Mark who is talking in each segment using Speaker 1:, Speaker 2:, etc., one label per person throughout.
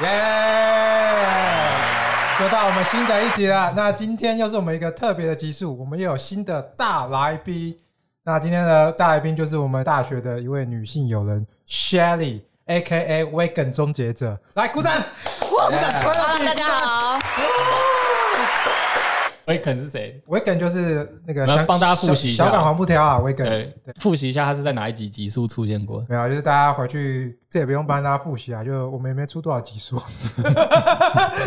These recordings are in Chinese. Speaker 1: 耶！又到我们新的一集了。那今天又是我们一个特别的集数，我们又有新的大来宾。那今天的大来宾就是我们大学的一位女性友人 Shelly。A K A Vegan 终结者，来鼓掌！鼓掌，吹了
Speaker 2: Hello，大家啊好，
Speaker 3: 威肯是谁？
Speaker 1: ！Vegan 就是那个
Speaker 3: 我们
Speaker 1: 香
Speaker 3: 帮大家复习一
Speaker 1: 小
Speaker 3: 下
Speaker 1: 小港黄布条啊，Vegan
Speaker 3: 对，复习一下他是在哪一集集数出现过的。
Speaker 1: 没有，啊就是大家回去这也不用帮大家复习啊，就我们也没出多少集数。
Speaker 4: 很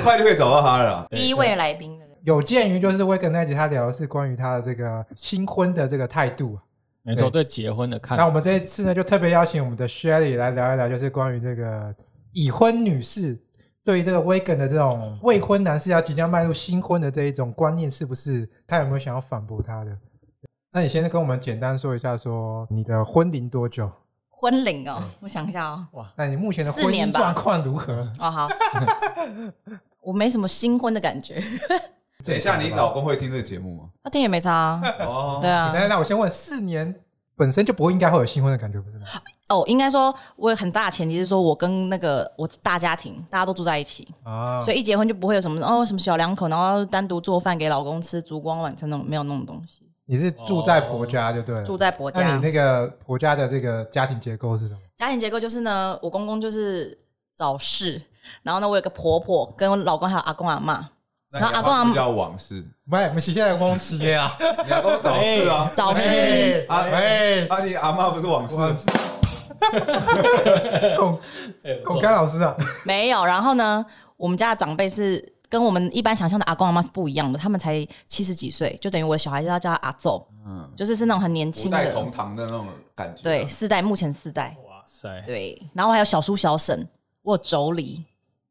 Speaker 4: 快就可以找到他了。
Speaker 2: 第一位来宾的人
Speaker 1: 有鉴于就是 Vegan 那集他聊的是关于他的这个新婚的这个态度啊，
Speaker 3: 没错，对结婚的看
Speaker 1: 那
Speaker 3: 法。
Speaker 1: 我们这一次呢，就特别邀请我们的 Shelly 来聊一聊，就是关于这个已婚女士对于这个 Vegan 的这种未婚男士要即将迈入新婚的这一种观念，是不是她有没有想要反驳她的？那你先跟我们简单说一下说你的婚龄多久？
Speaker 2: 婚龄哦，我想一下哦，
Speaker 1: 那你目前的婚
Speaker 2: 四
Speaker 1: 姻
Speaker 2: 年吧
Speaker 1: 状况如何？
Speaker 2: 哦好， 我没什么新婚的感觉，
Speaker 4: 等一下，你老公会听这个节目吗？
Speaker 2: 那天也没差啊，
Speaker 4: 哦
Speaker 2: 对，啊
Speaker 1: 那、，那我先问，四年本身就不会应该会有新婚的感觉，不是吗？
Speaker 2: 哦，应该说我有很大的前提是说我跟那个我大家庭大家都住在一起，
Speaker 1: 啊，
Speaker 2: 所以一结婚就不会有什么哦什么小两口，然后单独做饭给老公吃，烛光晚餐那种没有那种东西，
Speaker 1: 你是住在婆家就对了，
Speaker 2: 哦住在婆
Speaker 1: 那
Speaker 2: 家
Speaker 1: 你，那个婆家的这个家庭结构是 什么？
Speaker 2: 家庭结构就是呢，我公公就是早逝，然后呢我有个婆婆跟我老公还有阿公阿妈，
Speaker 4: 那
Speaker 2: 然后阿公阿嬷
Speaker 4: 比较往事，
Speaker 1: 不是，我们现在汪七爷啊。
Speaker 4: 你阿公早逝啊，
Speaker 2: 早逝。
Speaker 1: 哎哎，
Speaker 4: 啊，你阿妈不是往事，
Speaker 1: 往龚
Speaker 3: 哎不错
Speaker 1: 龚刚老师啊，
Speaker 2: 没有。然后呢，我们家的长辈是跟我们一般想象的阿公阿妈是不一样的，他们才七十几岁，就等于我的小孩要叫他阿奏，
Speaker 4: 嗯，
Speaker 2: 就是是那种很年
Speaker 4: 五
Speaker 2: 轻
Speaker 4: 代同
Speaker 2: 的，
Speaker 4: 堂的那种感觉。啊
Speaker 2: 对，，四代目前四代，
Speaker 3: 哇塞，
Speaker 2: 对。然后还有小叔小婶，我有妯娌，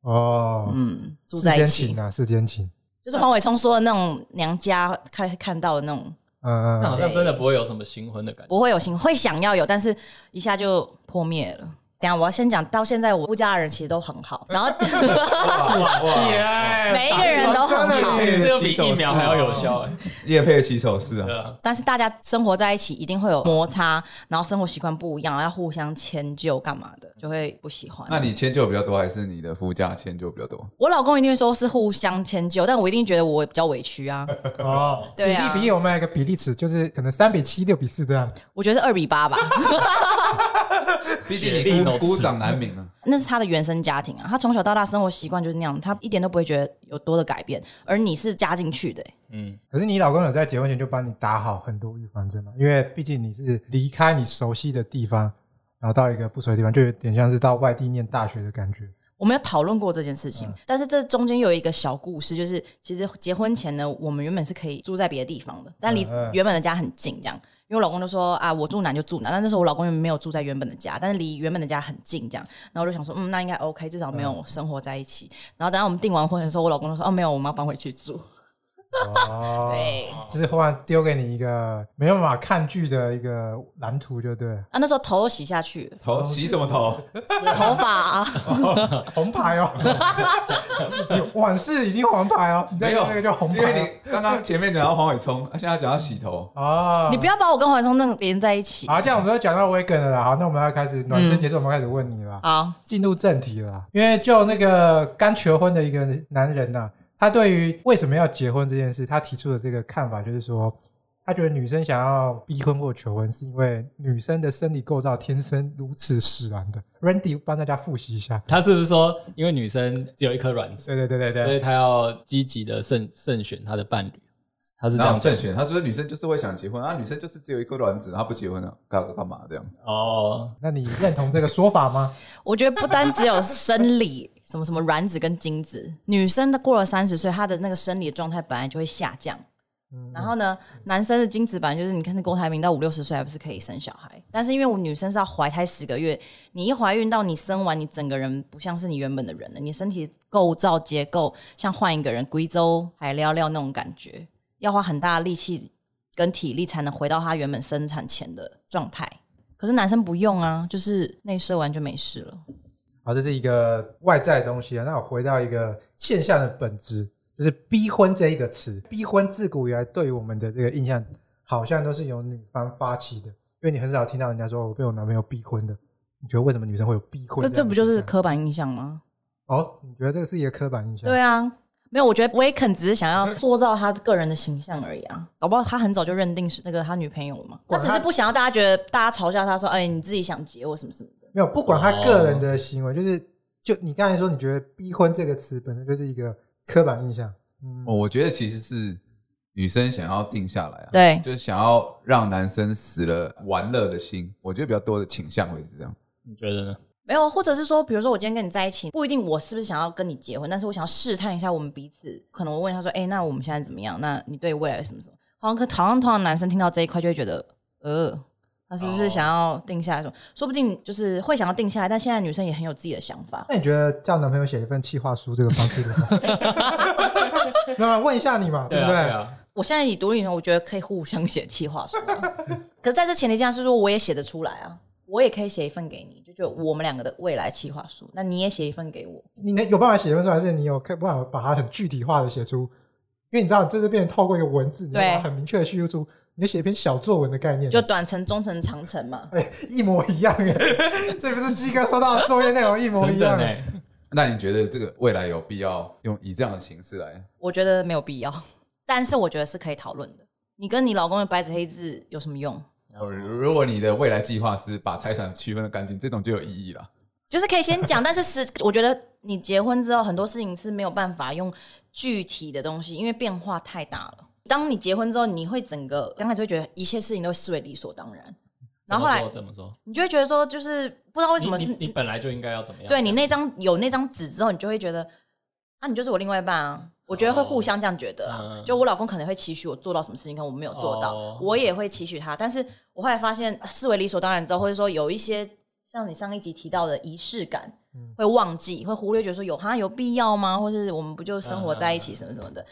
Speaker 1: 哦，
Speaker 2: 嗯，住
Speaker 1: 世
Speaker 2: 在一
Speaker 1: 间
Speaker 2: 起
Speaker 1: 情，啊，世间情，
Speaker 2: 就是黄伟聪说的那种娘家看看到的那种，
Speaker 1: 嗯
Speaker 3: 那
Speaker 1: 嗯，
Speaker 3: 好像真的不会有什么新婚的感觉。
Speaker 2: 不会有心，会想要有，但是一下就破灭了。等一下，我要先讲，到现在我夫家的人其实都很好，然后
Speaker 4: 哇
Speaker 3: 哦
Speaker 4: 哇，
Speaker 3: 耶，
Speaker 2: 每一个人都很好，
Speaker 3: 这个哎比疫
Speaker 4: 啊
Speaker 3: 苗还要有效哎。
Speaker 4: 叶配起手式啊
Speaker 3: 对，啊，
Speaker 2: 但是大家生活在一起一定会有摩擦，然后生活习惯不一样，要互相迁就干嘛的，就会不喜欢。
Speaker 4: 那你迁就比较多，还是你的夫家迁就比较多？
Speaker 2: 我老公一定会说是互相迁就，但我一定觉得我比较委屈 啊。
Speaker 1: 哦，
Speaker 2: 对啊
Speaker 1: 比例比例，我们有一个比例尺，就是可能三比七、六比四这样。
Speaker 2: 我觉得是二比八吧，
Speaker 4: 毕
Speaker 3: 竟
Speaker 4: 竟
Speaker 3: 你孤
Speaker 4: 你孤孤掌难鸣啊。
Speaker 2: 那是他的原生家庭啊，他从小到大生活习惯就是那样，他一点都不会觉得有多的改变，而你是加进去的欸、
Speaker 3: 嗯，
Speaker 1: 可是你老公有在结婚前就帮你打好很多预防针嘛？因为毕竟你是离开你熟悉的地方，然后到一个不熟的地方，就有点像是到外地念大学的感觉。
Speaker 2: 我们有讨论过这件事情，
Speaker 1: 嗯
Speaker 2: 但是这中间有一个小故事，就是其实结婚前呢，我们原本是可以住在别的地方的，但离
Speaker 1: 嗯嗯
Speaker 2: 原本的家很近，这样。因为我老公就说啊，我住哪就住哪，但那时候我老公也没有住在原本的家，但是离原本的家很近，这样。然后我就想说，嗯，那应该 OK，至少没有生活在一起。然后等到我们订完婚的时候，我老公就说，哦，没有，我们要搬回去住。
Speaker 1: 哦，，
Speaker 2: 对。啊
Speaker 1: 就是忽然丢给你一个没有办法抗拒的一个蓝图，就 对了，
Speaker 2: 啊，那时候头都洗下去了，
Speaker 4: 头洗什么头？
Speaker 2: 头发、啊、
Speaker 1: 红牌哦，你往事已经黄牌哦，你再
Speaker 4: 没
Speaker 1: 用
Speaker 4: 有
Speaker 1: 那个就红
Speaker 4: 因
Speaker 1: 牌哦。
Speaker 4: 为你刚刚前面讲到黄伟聪，啊现在讲到洗头，
Speaker 1: 哦，
Speaker 2: 你不要把我跟黄松那个连在一起。
Speaker 1: 好，这样我们都讲到 Vegan 了啦。好，那我们要开始暖身
Speaker 2: 嗯
Speaker 1: 结束，我们开始问你了，
Speaker 2: 好，
Speaker 1: 进入正题了啦。因为就那个刚求婚的一个男人呢、他对于为什么要结婚这件事，他提出的这个看法就是说，他觉得女生想要逼婚或求婚，是因为女生的生理构造天生如此使然的。Randy 帮大家复习一下。
Speaker 3: 他是不是说，因为女生只有一颗卵子，
Speaker 1: 对对对对
Speaker 3: 所
Speaker 1: 对，
Speaker 3: 以她要积极的慎慎选她的伴侣？他是这
Speaker 4: 然
Speaker 3: 样
Speaker 4: 后
Speaker 3: 讲
Speaker 4: 慎选，他说女生就是会想结婚啊，女生就是只有一个卵子，她不结婚啊，干干嘛这样？
Speaker 3: 哦，
Speaker 1: 那你认同这个说法吗？
Speaker 2: 我觉得不单只有生理 什么什么卵子跟精子，女生的过了三十岁，她的那个生理状态本来就会下降。然后呢，男生的精子本来就是你看那郭台铭到五六十岁还不是可以生小孩，但是因为我们女生是要怀胎十个月，你一怀孕到你生完，你整个人不像是你原本的人了，你身体构造结构像换一个人，贵州海撩撩那种感觉，要花很大的力气跟体力才能回到她原本生产前的状态。可是男生不用啊，就是内射完就没事了。
Speaker 1: 好，这是一个外在的东西啊。那我回到一个现象的本质，就是“逼婚”这一个词。逼婚自古以来对于我们的这个印象，好像都是由女方发起的，因为你很少听到人哦家说我被我男朋友逼婚的。你觉得为什么女生会有逼婚样
Speaker 2: 那
Speaker 1: 的现象？
Speaker 2: 这不就是刻板印象吗？
Speaker 1: 哦，你觉得这个是一个刻板印象？
Speaker 2: 对啊，没有，我觉得威肯只是想要塑造他个人的形象而已啊。 搞不好他很早就认定是那个他女朋友了嘛，他
Speaker 1: 管他
Speaker 2: 只是不想要大家觉得大家嘲笑他说，哎，你自己想结我什么什么的。
Speaker 1: 没有，不管他个
Speaker 3: 哦
Speaker 1: 人的行为，就是就你刚才说，你觉得“逼婚”这个词本身就是一个刻板印象。嗯，
Speaker 4: 哦我觉得其实是女生想要定下来啊，，
Speaker 2: 对，
Speaker 4: 就是想要让男生死了玩乐的心，我觉得比较多的倾向会是这样。
Speaker 3: 你觉得呢？
Speaker 2: 没有，或者是说，比如说我今天跟你在一起，不一定我是不是想要跟你结婚，但是我想要试探一下我们彼此。可能我问他说，哎，那我们现在怎么样？那你对未来有什么什么？好像可好像通常男生听到这一块就会觉得，呃。他是不是想要定下来说说不定就是会想要定下来，但现在女生也很有自己的想法。
Speaker 1: 那你觉得叫男朋友写一份企划书这个方式如 何？ 那么问一下你嘛，对
Speaker 3: 啊，
Speaker 1: 不
Speaker 3: 对啊，
Speaker 2: 我现在以独立女生，我觉得可以互相写企划书啊、 可是在这前提下是说，我也写得出来啊，我也可以写一份给你，就就我们两个的未来企划书。那你也写一份给我，
Speaker 1: 你能有办法写得出来，还是你有看办法把它很具体化的写出？因为你知道，这是变成透过一个文字，你要
Speaker 2: 对
Speaker 1: 把它很明确的叙述出，你要写一篇小作文的概念，
Speaker 2: 就短程、中程、长程嘛。
Speaker 1: 哎、一模一样哎， 这不是鸡哥收到的作业内容一模一
Speaker 3: 真的
Speaker 1: 样
Speaker 3: 呢
Speaker 1: 哎，，
Speaker 4: 那你觉得这个未来有必要用以这样的形式来？
Speaker 2: 我觉得没有必要， 但是我觉得是可以讨论的。你跟你老公的白纸黑字有什么用？
Speaker 4: 呃如果你的未来计划是把财产区分的干净，这种就有意义了。
Speaker 2: 就是可以先讲，但是是我觉得你结婚之后，很多事情是没有办法用具体的东西，因为变化太大了。当你结婚之后，你会整个刚开始会觉得一切事情都视为理所当然，然后后来
Speaker 3: 怎么说？
Speaker 2: 你就会觉得说，就是不知道为
Speaker 3: 为
Speaker 2: 什么是
Speaker 3: 你你本来就应该要怎么样？
Speaker 2: 对你那张有那张纸之后，你就会觉得啊，你就是我另外一半啊。我觉得会互相这样觉得啊，
Speaker 3: 哦嗯
Speaker 2: 就我老公可能会期许我做到什么事情，可能我没有做到，
Speaker 3: 哦
Speaker 2: 我也会期许他。但是我后来发现，啊视为理所当然之后，或者说有一些像你上一集提到的仪式感，会忘记，会忽略，觉得说有哈有必要吗？或是我们不就生活在一起什么什么的，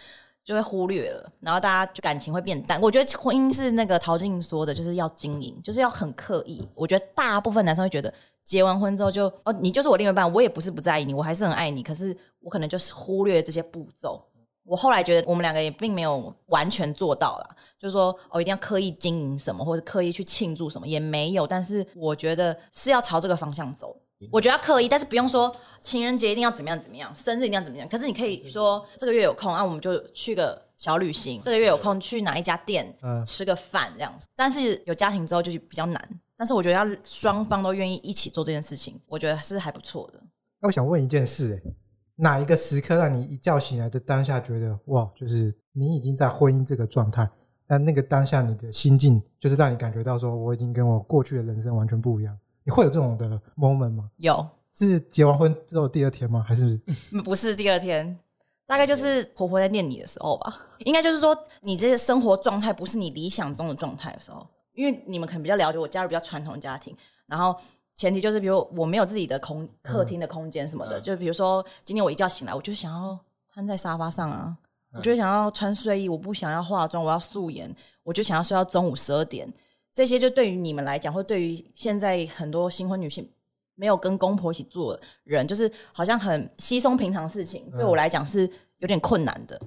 Speaker 2: 就会忽略了。然后大家就感情会变淡。我觉得婚姻是那个陶晶莹说的，就是要经营，就是要很刻意。我觉得大部分男生会觉得结完婚之后就哦，你就是我另外一半，我也不是不在意你，我还是很爱你，可是我可能就是忽略这些步骤。我后来觉得我们两个也并没有完全做到啦，就是说哦，一定要刻意经营什么，或者刻意去庆祝什么也没有。但是我觉得是要朝这个方向走。我觉得要刻意，但是不用说情人节一定要怎么样怎么样，生日一定要怎么样。可是你可以说这个月有空，那、我们就去个小旅行；这个月有空去哪一家店、
Speaker 1: 嗯
Speaker 2: 吃个饭这样子。但是有家庭之后就是比较难，但是我觉得要双方都愿意一起做这件事情，我觉得是还不错的。
Speaker 1: 那我想问一件事、哎，哪一个时刻让你一觉醒来的当下觉得哇，就是你已经在婚姻这个状态？但那个当下你的心境，就是让你感觉到说，我已经跟我过去的人生完全不一样。你会有这种的 moment 吗？
Speaker 2: 有，
Speaker 1: 是结完婚之后第二天吗？还 是
Speaker 2: 嗯不是第二天，大概就是婆婆在念你的时候吧。应该就是说，你这些生活状态不是你理想中的状态的时候，因为你们可能比较了解我家里比较传统的家庭，然后。前提就是，比如我没有自己的空客厅的空间什么的，
Speaker 3: 嗯
Speaker 2: 就比如说今天我一觉醒来，我就想要瘫在沙发上啊，我就想要穿睡衣，我不想要化妆，我要素颜，我就想要睡到中午十二点。这些就对于你们来讲，或对于现在很多新婚女性没有跟公婆一起住的人，就是好像很稀松平常的事情，对我来讲是有点困难的。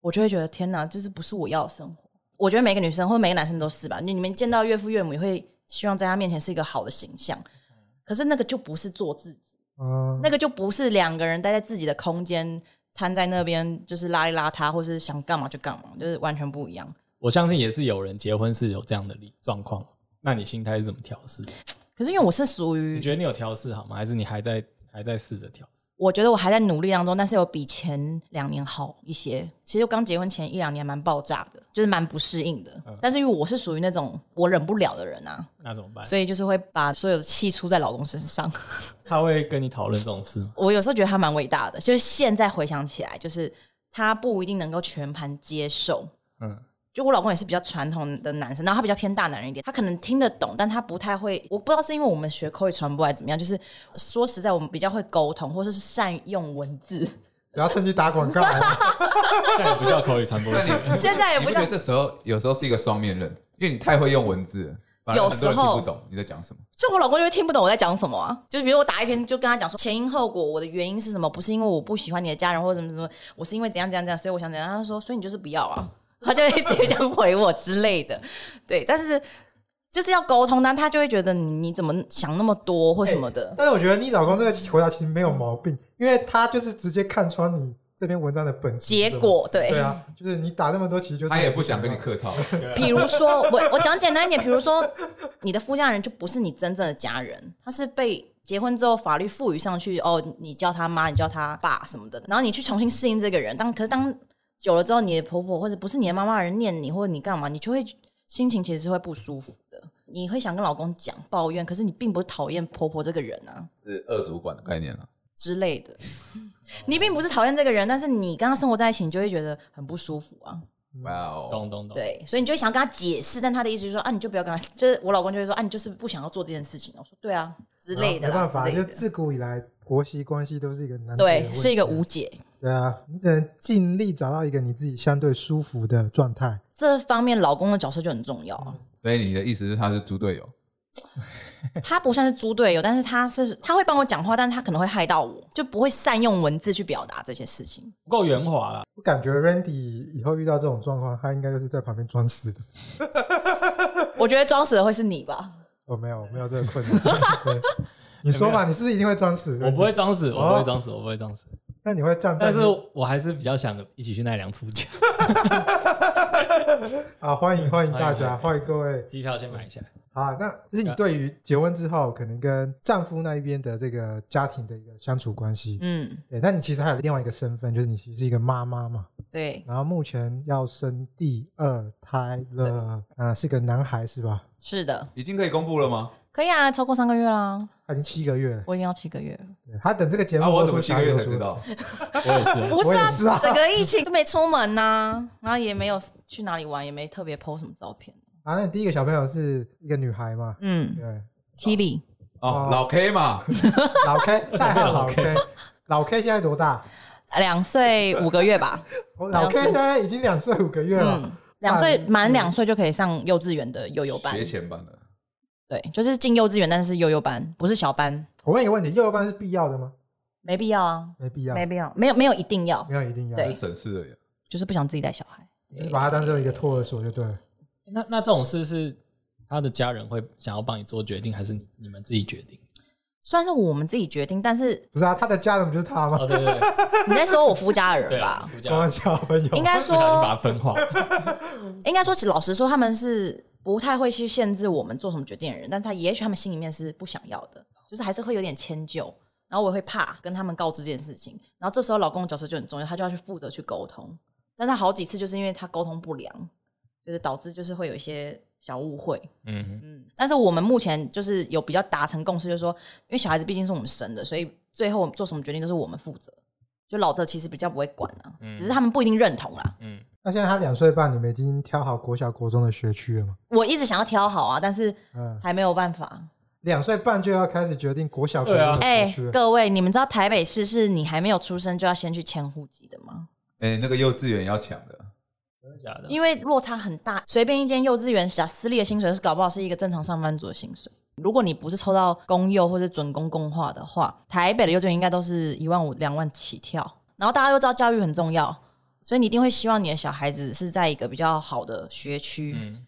Speaker 2: 我就会觉得天哪，这是不是我要的生活？我觉得每个女生或每个男生都是吧，你你们见到岳父岳母也会希望在他面前是一个好的形象，可是那个就不是做自己。
Speaker 1: 嗯，
Speaker 2: 那个就不是两个人待在自己的空间，瘫在那边就是邋里邋遢，或是想干嘛就干嘛，就是完全不一样。
Speaker 3: 我相信也是有人结婚是有这样的例状况，那你心态是怎么调试？
Speaker 2: 可是因为我是属
Speaker 3: 你
Speaker 2: 于，
Speaker 3: 觉得你有调试好吗？还是你还在还在试着调试？
Speaker 2: 我觉得我还在努力当中，但是有比前两年好一些。其实我刚结婚前一两年蛮爆炸的，就是蛮不适应的。但是因为我是属于那种我忍不了的人啊，
Speaker 3: 那怎么办？
Speaker 2: 所以就是会把所有的气出在老公身上。
Speaker 3: 他会跟你讨论这种事吗？
Speaker 2: 我有时候觉得他蛮伟大的，就是现在回想起来，就是他不一定能够全盘接受，
Speaker 3: 嗯，
Speaker 2: 就我老公也是比较传统的男生，然后他比较偏大男人一点，他可能听得懂，但他不太会。我不知道是因为我们学口语传播还是怎么样，就是说实在，我们比较会沟通，或者是善用文字。
Speaker 1: 不要趁机打广告啊。
Speaker 3: 那也不叫口语传播学。
Speaker 2: 现在也
Speaker 4: 你
Speaker 2: 不
Speaker 4: 不
Speaker 2: 叫
Speaker 4: 觉得这时候有时候是一个双面刃，因为你太会用文字了，反而
Speaker 2: 有
Speaker 4: 很多人
Speaker 2: 时候
Speaker 4: 听不懂你在讲什么。
Speaker 2: 就我老公就会听不懂我在讲什么啊。就是比如我打一篇，就跟他讲说前因后果，我的原因是什么？不是因为我不喜欢你的家人或者什么什么，我是因为怎样怎样怎样，所以我想怎样。他说，所以你就是不要啊，他就会直接这样回我之类的。对，但是就是要沟通，但他就会觉得你你怎么想那么多或什么的。
Speaker 1: 但是我觉得你老公这个回答其实没有毛病，因为他就是直接看穿你这篇文章的本质是
Speaker 2: 结
Speaker 1: 什么。
Speaker 2: 果对，
Speaker 1: 对啊，就是你打那么多，其实就是
Speaker 4: 他也不想跟你客套，
Speaker 2: 比如说我我讲简单一点，比如说你的夫家人就不是你真正的家人，他是被结婚之后法律赋予上去，哦，你叫他妈，你叫他爸什么的，然后你去重新适应这个人。当可是当久了之后，你的婆婆或者不是你的妈妈的人念你，或者你干嘛，你就会心情其实是会不舒服的。你会想跟老公讲抱怨，可是你并不是讨厌婆婆这个人啊
Speaker 4: 是二主管的概念了。
Speaker 2: 之类的。你并不是讨厌这个人，但是你跟他生活在一起，你就会觉得很不舒服啊。
Speaker 4: 哇哦，
Speaker 3: 懂懂懂。
Speaker 2: 对，所以你就会想跟他解释，但他的意思就是说啊，你就不要跟他，就是我老公就会说啊，你就是不想要做这件事情。我说对啊，之类的
Speaker 1: 嗯没
Speaker 2: 啦，
Speaker 1: 办
Speaker 2: 之
Speaker 1: 法，
Speaker 2: 类
Speaker 1: 就
Speaker 2: 的
Speaker 1: 自古以来婆媳关系都是一个难解的
Speaker 2: 对
Speaker 1: 问，题啊
Speaker 2: 是一个无解。
Speaker 1: 对啊，你只能尽力找到一个你自己相对舒服的状态。
Speaker 2: 这方面老公的角色就很重要啊，
Speaker 4: 所以你的意思是他是猪队友？
Speaker 1: 嗯
Speaker 2: 他不算是猪队友，但是他是他会帮我讲话，但是他可能会害到我，就不会善用文字去表达这些事情。
Speaker 3: 不够圆滑啦。
Speaker 1: 我感觉 Randy 以后遇到这种状况，他应该就是在旁边装死的。
Speaker 2: 我觉得装死的会是你吧？
Speaker 1: 我、哦没有，我没有这个 困难。对你说吧，你是不是一定会装死？
Speaker 3: 我不会，装死，我不
Speaker 1: 哦
Speaker 3: 会装死，我不会 装死。
Speaker 1: 那你会站在
Speaker 3: 但
Speaker 1: 那？
Speaker 3: 是我还是比较想一起去奈良出家。
Speaker 1: 啊，欢迎欢迎大家，
Speaker 3: 欢
Speaker 1: 欢迎各位
Speaker 3: 机票先买下来。
Speaker 1: 啊。那这是你对于结婚之后可能跟丈夫那一边的这个家庭的一个相处关系。
Speaker 2: 嗯，
Speaker 1: 对，那你其实还有另外一个身份，就是你其实是一个妈妈嘛。
Speaker 2: 对，
Speaker 1: 然后目前要生第二胎了，啊，是个男孩是吧？
Speaker 2: 是的，
Speaker 4: 已经可以公布了吗？
Speaker 2: 可以啊，超过三个月啦，
Speaker 1: 他已经七个月了，
Speaker 2: 我已经要七个月了。
Speaker 1: 对他等这个节目
Speaker 4: 啊，我
Speaker 1: 播
Speaker 4: 怎
Speaker 1: 出
Speaker 4: 么七个月才知？
Speaker 1: 他
Speaker 4: 道？
Speaker 3: 我也是，
Speaker 2: 不是
Speaker 1: 我
Speaker 2: 啊，
Speaker 1: 也是啊
Speaker 2: 整个疫情都没出门呐、然后也没有去哪里玩，也没特别 PO 什么照片。
Speaker 1: 啊，那你第一个小朋友是一个女孩嘛？
Speaker 2: 嗯
Speaker 1: 对，
Speaker 2: ，Kili
Speaker 4: 哦，老 K 嘛，
Speaker 1: 老 K，代号老 K，老 K 现在多大？
Speaker 2: 两岁五个月吧，
Speaker 1: 哦老 K 现在已经两岁五个月了
Speaker 2: 嗯，，两岁满两岁就可以上幼稚园的幼幼班
Speaker 4: 学，前班的，
Speaker 2: 对，就是进幼稚园，但是幼幼班不是小班，
Speaker 1: 我问一个问题，幼儿班是必要的吗？
Speaker 2: 没必要啊，
Speaker 1: 没必要，
Speaker 2: 没必要，没有没有一定要，
Speaker 1: 没有一定要，
Speaker 4: 是
Speaker 2: 对
Speaker 4: 省事而已。
Speaker 2: 就是不想自己带小孩。
Speaker 1: 就是把它当做一个托儿所就对了。
Speaker 3: 那那这种事是他的家人会想要帮你做决定，还是你你们自己决定？
Speaker 2: 虽然是我们自己决定，但是
Speaker 1: 不是啊，他的家人不就是他吗？
Speaker 3: 哦，对对对，
Speaker 2: 你在说我夫家的
Speaker 3: 对
Speaker 2: 人 吧？
Speaker 3: 夫 家
Speaker 1: 开玩笑，朋友
Speaker 2: 应，该
Speaker 3: 不小心把
Speaker 2: 说，
Speaker 3: 它分化。
Speaker 2: 应该说，老实说，他们是不太会去限制我们做什么决定的人，但他也许他们心里面是不想要的，就是还是会有点迁就。然后我也会怕跟他们告知这件事情，然后这时候老公的角色就很重要，他就要去负责去沟通。但他好几次就是因为他沟通不良，就是导致就是会有一些小误会。
Speaker 3: 嗯，
Speaker 2: 嗯，但是我们目前就是有比较达成共识，就是说，因为小孩子毕竟是我们生的，所以最后我们做什么决定都是我们负责。就老的其实比较不会管啊，只是他们不一定认同啦。
Speaker 1: 那现在他两岁半，你们已经挑好国小、国中的学区了吗？
Speaker 2: 我一直想要挑好啊，但是
Speaker 1: 嗯，
Speaker 2: 还没有办法。
Speaker 1: 两岁半就要开始决定国小、国中的
Speaker 2: 哎、
Speaker 1: 学区了。
Speaker 2: 各位，你们知道台北市是你还没有出生就要先去迁户籍的吗？
Speaker 4: 哎，那个幼稚园要抢的，
Speaker 3: 真的假的？
Speaker 2: 因为落差很大，随便一间幼稚园小私立的薪水是搞不好是一个正常上班族的薪水。如果你不是抽到公幼或者准公共化的话，台北的幼稚园应该都是一万五、两万起跳。然后大家都知道教育很重要，所以你一定会希望你的小孩子是在一个比较好的学区。
Speaker 3: 嗯，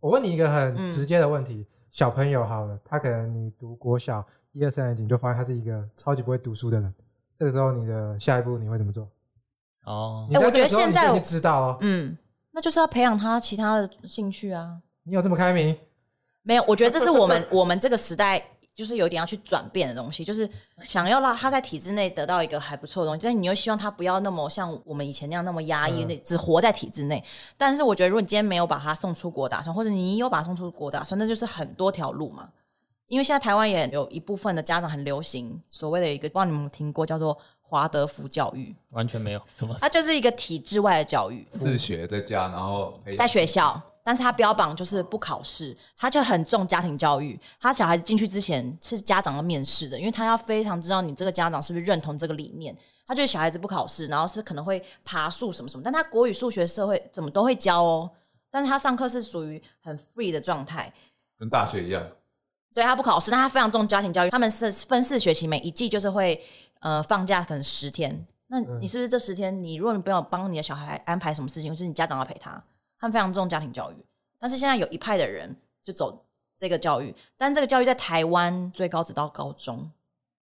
Speaker 1: 我问你一个
Speaker 2: 嗯
Speaker 1: 很直接的问题：小朋友好了，他可能你读国小一二三年级，你就发现他是一个超级不会读书的人。这个时候，你的下一步你会怎么做？
Speaker 3: 哦
Speaker 1: 你，在这个时候
Speaker 2: 哎我
Speaker 1: 你
Speaker 2: 觉得现
Speaker 1: 就
Speaker 2: 在
Speaker 1: 已
Speaker 2: 我
Speaker 1: 经知道哦，
Speaker 2: 嗯，那就是要培养他其他的兴趣啊。
Speaker 1: 你有这么开明？
Speaker 2: 没有，我觉得这是我们我们这个时代就是有点要去转变的东西，就是想要让他在体制内得到一个还不错的东西，但你又希望他不要那么像我们以前那样那么压抑，
Speaker 1: 嗯
Speaker 2: 那、只活在体制内。但是我觉得，如果你今天没有把他送出国打算，或者你有把他送出国打算，那就是很多条路嘛。因为现在台湾也有一部分的家长很流行所谓的一个，不知道你们有没有听过叫做华德福教育，
Speaker 3: 完全没有 什么。
Speaker 2: 它就是一个体制外的教育。
Speaker 1: 嗯
Speaker 4: 自学在家，然后哎
Speaker 2: 在学校，但是他标榜就是不考试，他就很重家庭教育。他小孩子进去之前是家长要面试的，因为他要非常知道你这个家长是不是认同这个理念。他就是小孩子不考试，然后是可能会爬树什么什么，但他国语、数学、社会怎么都会教哦。但是他上课是属于很 free 的状态，
Speaker 4: 跟大学一样，
Speaker 2: 对他不考试，但他非常重家庭教育。他们是分四学期，每一季就是会呃放假可能十天。那你是不是这十天，你如果你没有帮你的小孩安排什么事情，就是你家长要陪他，他们非常重家庭教育。但是现在有一派的人就走这个教育，但这个教育在台湾最高只到高中。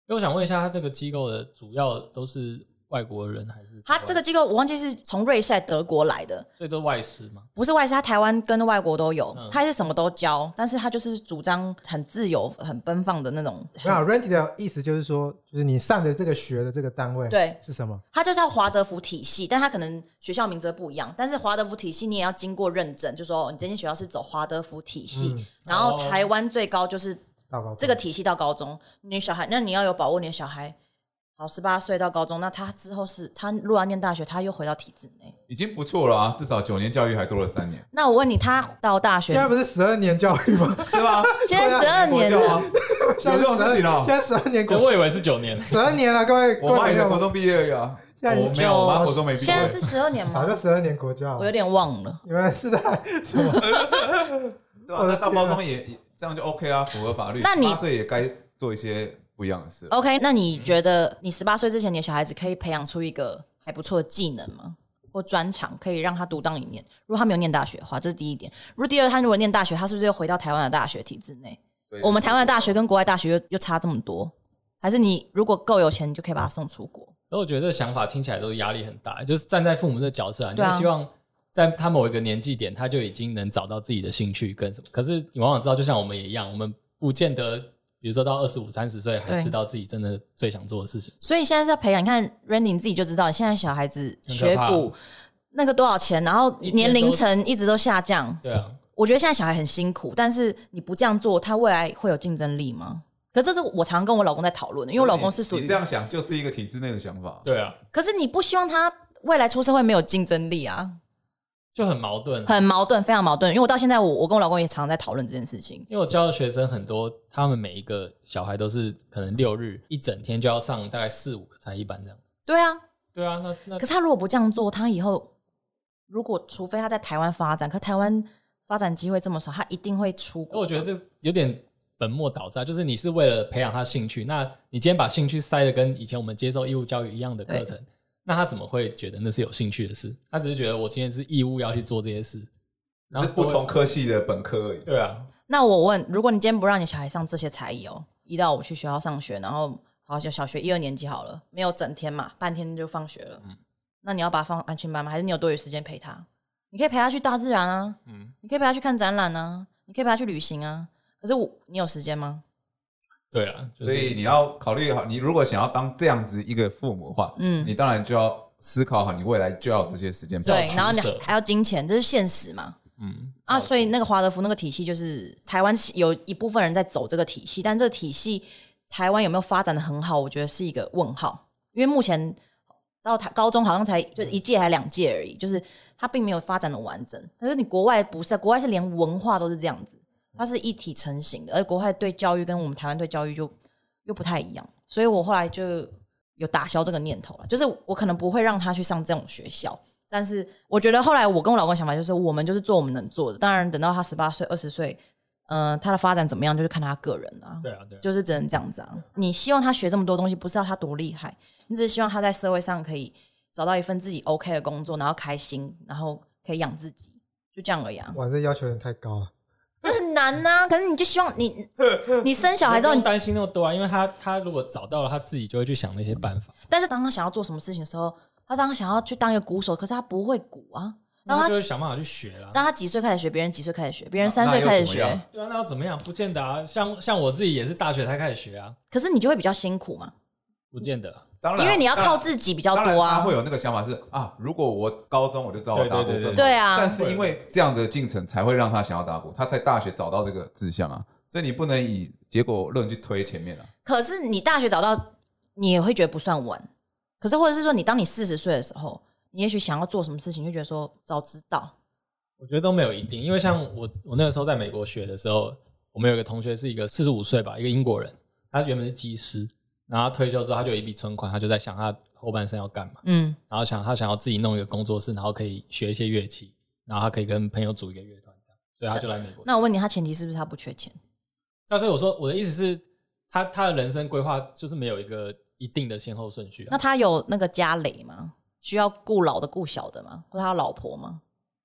Speaker 3: 那我想问一下，他这个机构的主要都是外国人还是台
Speaker 2: 他
Speaker 3: 湾？
Speaker 2: 这个机构我忘记是从瑞士还是德国来的，
Speaker 3: 所以都外师嘛？
Speaker 2: 不是外事，他台湾跟外国都有
Speaker 3: 嗯，
Speaker 2: 他是什么都教，但是他就是主张很自由、很奔放的那种。
Speaker 1: 没有 Randy 的意思就是说，就是你上的这个学的这个单位，
Speaker 2: 对
Speaker 1: 是什么？
Speaker 2: 他就叫华德福体系，但他可能学校名字会不一样，但是华德福体系你也要经过认证，就说哦你这间学校是走华德福体系，
Speaker 1: 嗯
Speaker 2: 然后台湾最高就是
Speaker 1: 到高中
Speaker 2: 这个体系到高中，你小孩那你要有把握，你的小孩好十八岁到高中，那他之后是他如果要念大学，他又回到体制内。
Speaker 4: 已经不错了啊，至少九年教育还多了 三年，
Speaker 2: 那我问你，他到大学
Speaker 1: 现在不是十二年教育 吗？
Speaker 4: 是啊吧？
Speaker 2: 现在十二年了，
Speaker 1: 现在是
Speaker 4: 有这种事
Speaker 1: 12
Speaker 4: 情哦
Speaker 1: 现在十二年
Speaker 3: 可
Speaker 1: 国，
Speaker 3: 我以为是九年，
Speaker 1: 十二年了，各位各
Speaker 4: 我
Speaker 1: 位
Speaker 4: 妈
Speaker 1: 朋
Speaker 4: 也才
Speaker 1: 友
Speaker 4: 国
Speaker 1: 们，
Speaker 4: 中毕业而已啊，
Speaker 1: 现在
Speaker 4: 我没有，我妈国中没毕业
Speaker 2: 现，在是十二年
Speaker 1: 早
Speaker 2: 吗
Speaker 1: 就？十二年国教
Speaker 2: 我，有点忘了。
Speaker 1: 你们是在什么？
Speaker 4: 对吧？啊那到
Speaker 1: 啊
Speaker 4: 高中也也这样就 OK 啊，符合法律。
Speaker 2: 那你
Speaker 4: 八岁也该做一些不一样的事。啊
Speaker 2: OK，那
Speaker 3: 嗯
Speaker 2: 你觉得你十八岁之前，你的小孩子可以培养出一个还不错的技能吗？或专长可以让他独当一面？如果他没有念大学的话，这是第一点。如果第二，他如果念大学，他是不是又回到台湾的大学体制内？
Speaker 4: 对
Speaker 2: 我们台湾的大学跟国外大学又又差这么多，还是你如果够有钱，你就可以把他送出国？
Speaker 3: 然后我觉得这个想法听起来都压力很大，就是站在父母的角色啊，你
Speaker 2: 对啊
Speaker 3: 会希望在他某一个年纪点，他就已经能找到自己的兴趣跟什么。可是你往往知道，就像我们也一样，我们不见得，比如说到二十五、三十岁还
Speaker 2: 对
Speaker 3: 知道自己真的最想做的事情。
Speaker 2: 所以现在是要培养，你看 Randy 你自己就知道，现在小孩子
Speaker 3: 很
Speaker 2: 学
Speaker 3: 可怕
Speaker 2: 股那个多少钱，然后
Speaker 3: 一天
Speaker 2: 年龄
Speaker 3: 都
Speaker 2: 层一直都下降。
Speaker 3: 对啊，
Speaker 2: 我觉得现在小孩很辛苦，但是你不这样做，他未来会有竞争力吗？可这是我常跟我老公在讨论的，因为我老公是属
Speaker 4: 你
Speaker 2: 于
Speaker 4: 你这，样想，就是一个体制内的想法。
Speaker 3: 对啊，
Speaker 2: 可是你不希望他未来出社会没有竞争力啊，
Speaker 3: 就很矛盾啊、
Speaker 2: 很矛盾，非常矛盾。因为我到现在我，我跟我老公也常在讨论这件事情。
Speaker 3: 因为我教的学生很多，他们每一个小孩都是可能六日一整天就要上大概四五个才艺班这样子。
Speaker 2: 对啊，
Speaker 3: 对啊，那那
Speaker 2: 可是他如果不这样做，他以后如果除非他在台湾发展，可台湾发展机会这么少，他一定会出
Speaker 3: 可
Speaker 2: 国。
Speaker 3: 我觉得这有点本末倒置啊，就是你是为了培养他兴趣，那你今天把兴趣塞的跟以前我们接受义务教育一样的课程，那他怎么会觉得那是有兴趣的事？他只是觉得我今天是义务要去做这些事，
Speaker 4: 只是不同科系的本科而已。
Speaker 3: 对啊，
Speaker 2: 那我问，如果你今天不让你小孩上这些才艺哦，一到五去学校上学，然后好像小学一二年级好了，没有整天嘛，半天就放学了。那你要把他放安全班吗？还是你有多余时间陪他？你可以陪他去大自然啊，
Speaker 3: 嗯，
Speaker 2: 你可以陪他去看展览啊，你可以陪他去旅行啊。可是我，你有时间吗？
Speaker 3: 对啊，就是
Speaker 4: 所以你要考虑好，你如果想要当这样子一个父母的话，
Speaker 2: 嗯
Speaker 4: 你当然就要思考好，你未来就要有这些时间表。
Speaker 2: 对
Speaker 3: 取，
Speaker 2: 然后你
Speaker 3: 舍
Speaker 2: 还要金钱，这是现实嘛？
Speaker 3: 嗯，
Speaker 2: 啊，所以那个华德福那个体系，就是台湾有一部分人在走这个体系，但这个体系台湾有没有发展的很好，我觉得是一个问号，因为目前到台高中好像才就一届还两届而已，就是它并没有发展的完整。但是你国外不是啊，国外是连文化都是这样子，它是一体成型的，而国外对教育跟我们台湾对教育就又不太一样，所以我后来就有打消这个念头了，就是我可能不会让他去上这种学校。但是我觉得后来我跟我老公想法就是，我们就是做我们能做的。当然，等到他十八岁、二十岁，嗯、他的发展怎么样，就是看他个人啦、
Speaker 3: 对啊，对啊，
Speaker 2: 就是只能这样子啊。你希望他学这么多东西，不是要他多厉害，你只是希望他在社会上可以找到一份自己 OK 的工作，然后开心，然后可以养自己，就这样而已啊。
Speaker 1: 哇，这要求有点太高了。
Speaker 2: 这很难呐、可是你就希望 你你生小孩之
Speaker 3: 不
Speaker 2: 后，
Speaker 3: 用
Speaker 2: 你
Speaker 3: 担心那么多啊，因为他他如果找到了，他自己就会去想那些办法，
Speaker 2: 但是当他想要做什么事情的时候，他当他想要去当一个鼓手，可是他不会鼓啊。
Speaker 3: 那
Speaker 2: 当
Speaker 3: 他
Speaker 2: 他
Speaker 3: 就会想办法去学啦。
Speaker 2: 当他几岁开始学，别人几岁开始学，别
Speaker 4: 那
Speaker 2: 人三岁开始，
Speaker 4: 那又怎么
Speaker 2: 学
Speaker 4: 样，
Speaker 3: 对啊，那要怎么样？不见得啊，像像我自己也是大学才开始学啊，
Speaker 2: 可是你就会比较辛苦嘛，
Speaker 3: 不见得啊、
Speaker 4: 当然
Speaker 2: 因为你要靠
Speaker 4: 己
Speaker 2: 自己比较
Speaker 4: 当然
Speaker 2: 多
Speaker 4: 他
Speaker 2: 啊
Speaker 4: 会。有那个想法是啊，如果我高中我就知道我打
Speaker 3: 对对
Speaker 4: 鼓
Speaker 3: 对
Speaker 4: 更
Speaker 3: 对
Speaker 4: 好
Speaker 2: 对啊
Speaker 4: 但是因为这样的进程才会让他想要打鼓，他在大学找到这个志向啊，所以你不能以结果论去推前面啊。
Speaker 2: 可是你大学找到，你也会觉得不算晚。可是或者是说，你当你四十岁的时候，你也许想要做什么事情，就觉得说早知道，
Speaker 3: 我觉得都没有一定，因为像我我那个时候在美国学的时候，我们有一个同学是一个四十五岁吧，一个英国人，他原本是技师，然后他退休之后他就有一笔存款，他就在想他后半生要干嘛，
Speaker 2: 嗯，
Speaker 3: 然后想他想要自己弄一个工作室，然后可以学一些乐器，然后他可以跟朋友组一个乐团这样，所以他就来美国。
Speaker 2: 那我问你，他前提是不是他不缺钱？
Speaker 3: 那所以我说我的意思是，他他的人生规划就是没有一个一定的先后顺序、
Speaker 2: 那
Speaker 3: 啊，
Speaker 2: 他有那个家累吗？需要顾老的顾小的吗？或者他有老婆吗？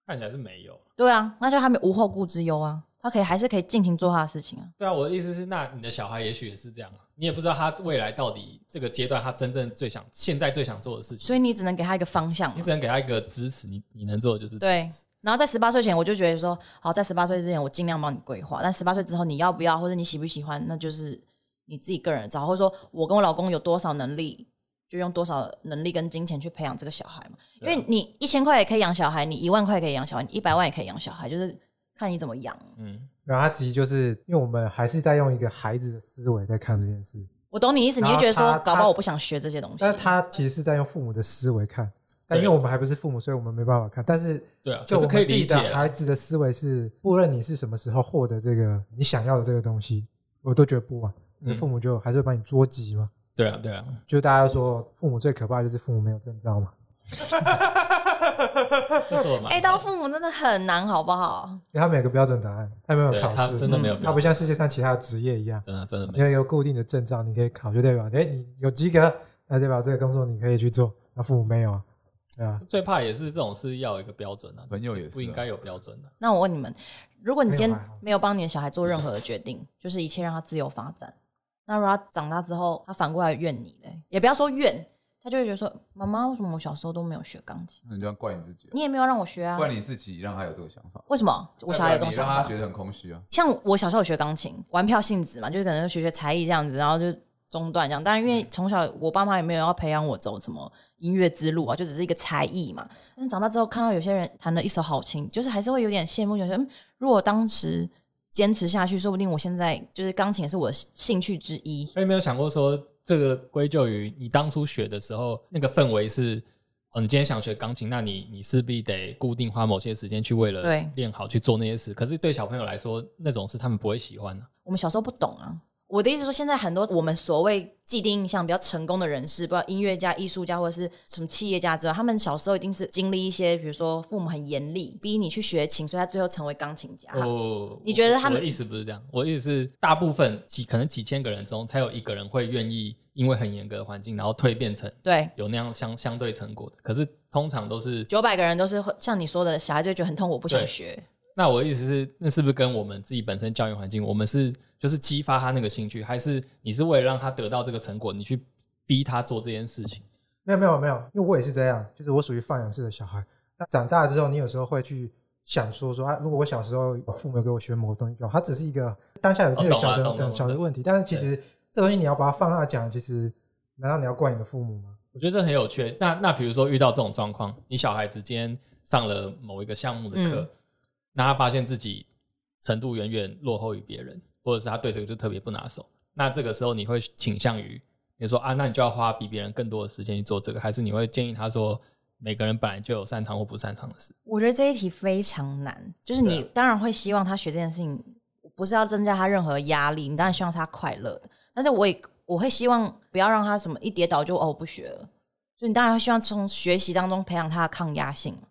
Speaker 3: 看起来是没有。
Speaker 2: 对啊，那就他们无后顾之忧啊。他可以还是可以尽情做他的事情啊。
Speaker 3: 对啊，我的意思是，那你的小孩也许也是这样，啊你也不知道他未来到底这个阶段他真正最想现在最想做的事情，
Speaker 2: 所以你只能给他一个方向
Speaker 3: 你
Speaker 2: 嘛
Speaker 3: 只。能给他一个支持，你你能做的就是
Speaker 2: 对。然后在十八岁前，我就觉得说，好，在十八岁之前，我尽量帮你规划。但十八岁之后，你要不要，或者你喜不喜欢，那就是你自己个人找。或者说我跟我老公有多少能力，就用多少能力跟金钱去培养这个小孩嘛。
Speaker 1: 啊
Speaker 2: 因为你一千块也可以养小孩，你一万块也可以养小孩，你一百万也可以养小孩，就是看你怎么养。
Speaker 3: 嗯，
Speaker 1: 然后他其实就是因为我们还是在用一个孩子的思维在看这件事，
Speaker 2: 我懂你意思，你就觉得
Speaker 1: 然
Speaker 2: 说
Speaker 1: 后，他
Speaker 2: 搞不好我不想学这些东西。
Speaker 1: 但是他其实是在用父母的思维看，但因为我们还不是父母，所以我们没办法看。但是
Speaker 3: 对啊，
Speaker 1: 就我
Speaker 3: 可是
Speaker 1: 们
Speaker 3: 可以
Speaker 1: 自己
Speaker 3: 理解
Speaker 1: 的
Speaker 3: 啦
Speaker 1: 孩子的思维是，不论你是什么时候获得这个你想要的这个东西，我都觉得不晚。
Speaker 3: 嗯
Speaker 1: 父母就还是会把你捉急嘛，
Speaker 3: 对啊， 对啊，
Speaker 1: 就大家说父母最可怕的就是父母没有证照嘛，
Speaker 3: 这是我蛮
Speaker 2: 哎、当父母真的很难，好不好？
Speaker 1: 因为他们有个标准答案，他没有
Speaker 3: 对
Speaker 1: 考
Speaker 3: 他
Speaker 1: 试，嗯
Speaker 3: 真的没有
Speaker 1: 他
Speaker 3: 标
Speaker 1: 不
Speaker 3: 准，
Speaker 1: 像世界上其他的职业一样，
Speaker 3: 真的真的没
Speaker 1: 你
Speaker 3: 有，
Speaker 1: 要有固定的证照，你可以考，就代表哎你有及格，那代表这个工作你可以去做，那父母没有啊，对啊，
Speaker 3: 最怕也是这种事要有一个标准啊，
Speaker 4: 朋友也是啊
Speaker 3: 不应该有标准的、
Speaker 2: 那我问你们，如果你
Speaker 1: 没
Speaker 2: 今
Speaker 1: 有
Speaker 2: 天
Speaker 1: 还好
Speaker 2: 没有帮你的小孩做任何的决定，就是一切让他自由发展，那如果他长大之后，他反过来怨你嘞，也不要说怨，他就会觉得说，妈妈，为什么我小时候都没有学钢琴？
Speaker 4: 那你就要怪你自己啊，
Speaker 2: 你也没有让我学啊？
Speaker 4: 怪你自己让他有这个想法。
Speaker 2: 为什么我小孩有这种
Speaker 4: 你让
Speaker 2: 想
Speaker 4: 他
Speaker 2: 法？
Speaker 4: 觉得很空虚啊。
Speaker 2: 像我小时候有学钢琴，玩票性质嘛，就是可能学学才艺这样子，然后就中断这样。但因为从小我爸妈也没有要培养我走什么音乐之路啊，就只是一个才艺嘛。但是长大之后看到有些人弹了一手好琴，就是还是会有点羡慕，觉得嗯，如果当时坚持下去，说不定我现在就是钢琴也是我的兴趣之一。
Speaker 3: 哎所以没有想过说这个归咎于你当初学的时候那个氛围是，哦，你今天想学钢琴，那你你势必得固定花某些时间去为了
Speaker 2: 对
Speaker 3: 练好去做那些事。可是对小朋友来说，那种是他们不会喜欢的、
Speaker 2: 我们小时候不懂啊。我的意思说，现在很多我们所谓既定印象比较成功的人士，不知道音乐家、艺术家或者是什么企业家之外，他们小时候一定是经历一些，比如说父母很严厉，逼你去学琴，所以他最后成为钢琴家。
Speaker 3: 哦，
Speaker 2: 你觉得他们
Speaker 3: 我的意思不是这样？我的意思是，大部分几可能几千个人中，才有一个人会愿意因为很严格的环境，然后蜕变成
Speaker 2: 对，
Speaker 3: 有那样相相对成果的。可是通常都是，
Speaker 2: 九百个人都是会像你说的，小孩就会觉得很痛苦，不想
Speaker 3: 对
Speaker 2: 学。
Speaker 3: 那我的意思是，那是不是跟我们自己本身教育环境，我们是就是激发他那个兴趣，还是你是为了让他得到这个成果，你去逼他做这件事情？
Speaker 1: 没有没有没有，因为我也是这样，就是我属于放养式的小孩。那长大之后，你有时候会去想说说啊，如果我小时候父母有给我学某个东西就好，它只是一个当下有那
Speaker 3: 哦
Speaker 1: 个
Speaker 3: 懂了
Speaker 1: 小的、
Speaker 3: 懂了懂了
Speaker 1: 小的问题，但是其实这东西你要把它放大讲，其实难道你要怪你的父母吗？
Speaker 3: 我觉得这很有趣。那那比如说遇到这种状况，你小孩子今天上了某一个项目的课，
Speaker 2: 嗯
Speaker 3: 那他发现自己程度远远落后于别人，或者是他对这个就特别不拿手，那这个时候你会倾向于你说啊，那你就要花比别人更多的时间去做这个，还是你会建议他说，每个人本来就有擅长或不擅长的事？
Speaker 2: 我觉得这一题非常难，就是你
Speaker 3: 对啊
Speaker 2: 当然会希望他学这件事情，不是要增加他任何压力，你当然希望他快乐的。但是我也我会希望不要让他什么一跌倒就哦我不学了，就你当然会希望从学习当中培养他的抗压性嘛。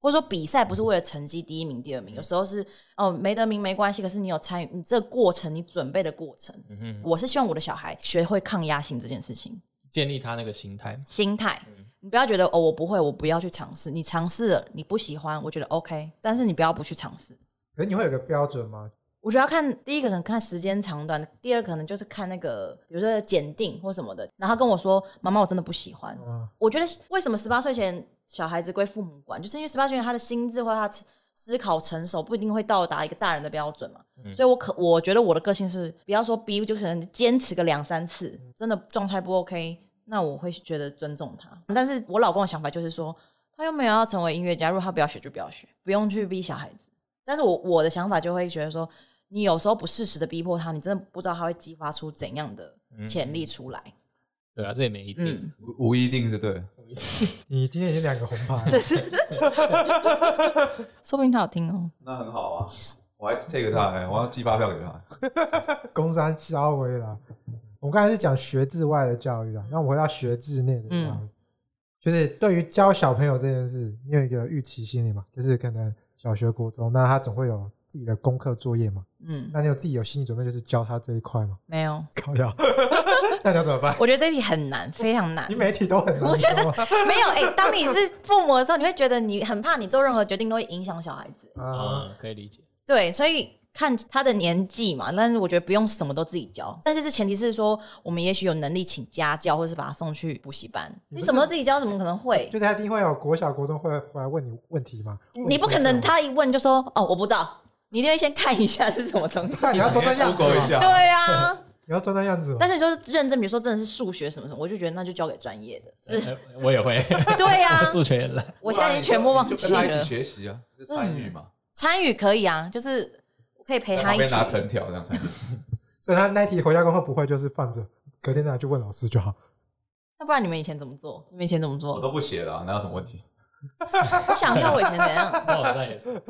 Speaker 2: 或者说比赛不是为了成绩第一名、第二名，有时候是哦没得名没关系，可是你有参与，你这个过程你准备的过程，
Speaker 3: 嗯哼，
Speaker 2: 我是希望我的小孩学会抗压性这件事情。
Speaker 3: 建立他那个心态。
Speaker 2: 心态。你不要觉得哦，我不会，我不要去尝试。你尝试了，你不喜欢，我觉得 OK，但是你不要不去尝试。
Speaker 1: 可是你会有个标准吗？
Speaker 2: 我觉得要看第一个可能看时间长短，第二可能就是看那个，比如说检定或什么的。然后他跟我说：“妈妈，我真的不喜欢。
Speaker 1: 啊，
Speaker 2: 我觉得为什么十八岁前小孩子归父母管，就是因为十八岁前他的心智或他思考成熟不一定会到达一个大人的标准嘛。所以我可我觉得我的个性是，不要说逼，就可能坚持个两三次，真的状态不 OK，那我会觉得尊重他。但是我老公的想法就是说，他又没有要成为音乐家，如果他不要学就不要学，不用去逼小孩子。但是我我的想法就会觉得说，你有时候不适时的逼迫他，你真的不知道他会激发出怎样的潜力出来。
Speaker 3: 对啊，这也没嗯一定。
Speaker 2: 嗯
Speaker 4: 无无一定就对了。
Speaker 1: 你今天已经两个红牌，
Speaker 2: 这是， 说不定他有听哦。
Speaker 4: 那很好啊，我还 take 他、欸，我要寄发票给他。
Speaker 1: 工商稍微啦。我们刚才是讲学制外的教育啦，啊那我们回到学制内的教育，
Speaker 2: 嗯
Speaker 1: 就是对于教小朋友这件事，你有一个预期心理嘛？就是可能小学、国中，那他总会有自己的功课作业嘛？
Speaker 2: 嗯，
Speaker 1: 那你有自己有心理准备，就是教他这一块嘛？
Speaker 2: 没有，
Speaker 1: 高要，那你要怎 么办？
Speaker 2: 我觉得这题很难，非常难
Speaker 1: 你。每一题都很难，啊
Speaker 2: 我觉
Speaker 1: 你知道
Speaker 2: 没有，哎、当你是父母的时候，你会觉得你很怕你做任何决定都会影响小孩子。哦
Speaker 1: 吗啊，
Speaker 3: 嗯啊、可以理解。
Speaker 2: 对，所以看他的年纪嘛，但是我觉得不用什么都自己教，但是这前提是说我们也许有能力请家教，或是把他送去补习班。你什么都自己教，怎么可能会？
Speaker 1: 就是他一定会有国小、国中会回来问你问题嘛？
Speaker 2: 你不可能他一问就说哦我不知道，你一定会先看一下是什么东西。
Speaker 1: 那你要装装样子
Speaker 4: Google 一
Speaker 1: 嘛，
Speaker 4: 下，
Speaker 2: 对啊，
Speaker 1: 你要装装样子嘛。
Speaker 2: 但是你说认真，比如说真的是数学什么什么，我就觉得那就交给专业的。是，
Speaker 3: 呃 我也 会，
Speaker 2: 对啊呀、
Speaker 3: 数学也烂。
Speaker 2: 我现在已经全部忘
Speaker 4: 你就
Speaker 2: 记
Speaker 4: 跟他一
Speaker 2: 了
Speaker 4: 起。学习啊，就是参与嘛，
Speaker 2: 参与可以啊，就是我可以陪嗯
Speaker 4: 在
Speaker 2: 他
Speaker 4: 旁
Speaker 2: 一
Speaker 4: 边
Speaker 2: 起。
Speaker 4: 拿藤条这 样参与。
Speaker 1: 所以他那一题回家功课不会，就是放着，隔天拿去问老师就好。
Speaker 2: 那不然你们以前怎么做？你们以前怎么
Speaker 4: 我
Speaker 2: 做？
Speaker 4: 都不写了啊，哪有什么问题？
Speaker 2: 我想一下我以前怎样。
Speaker 3: 那我好像也是，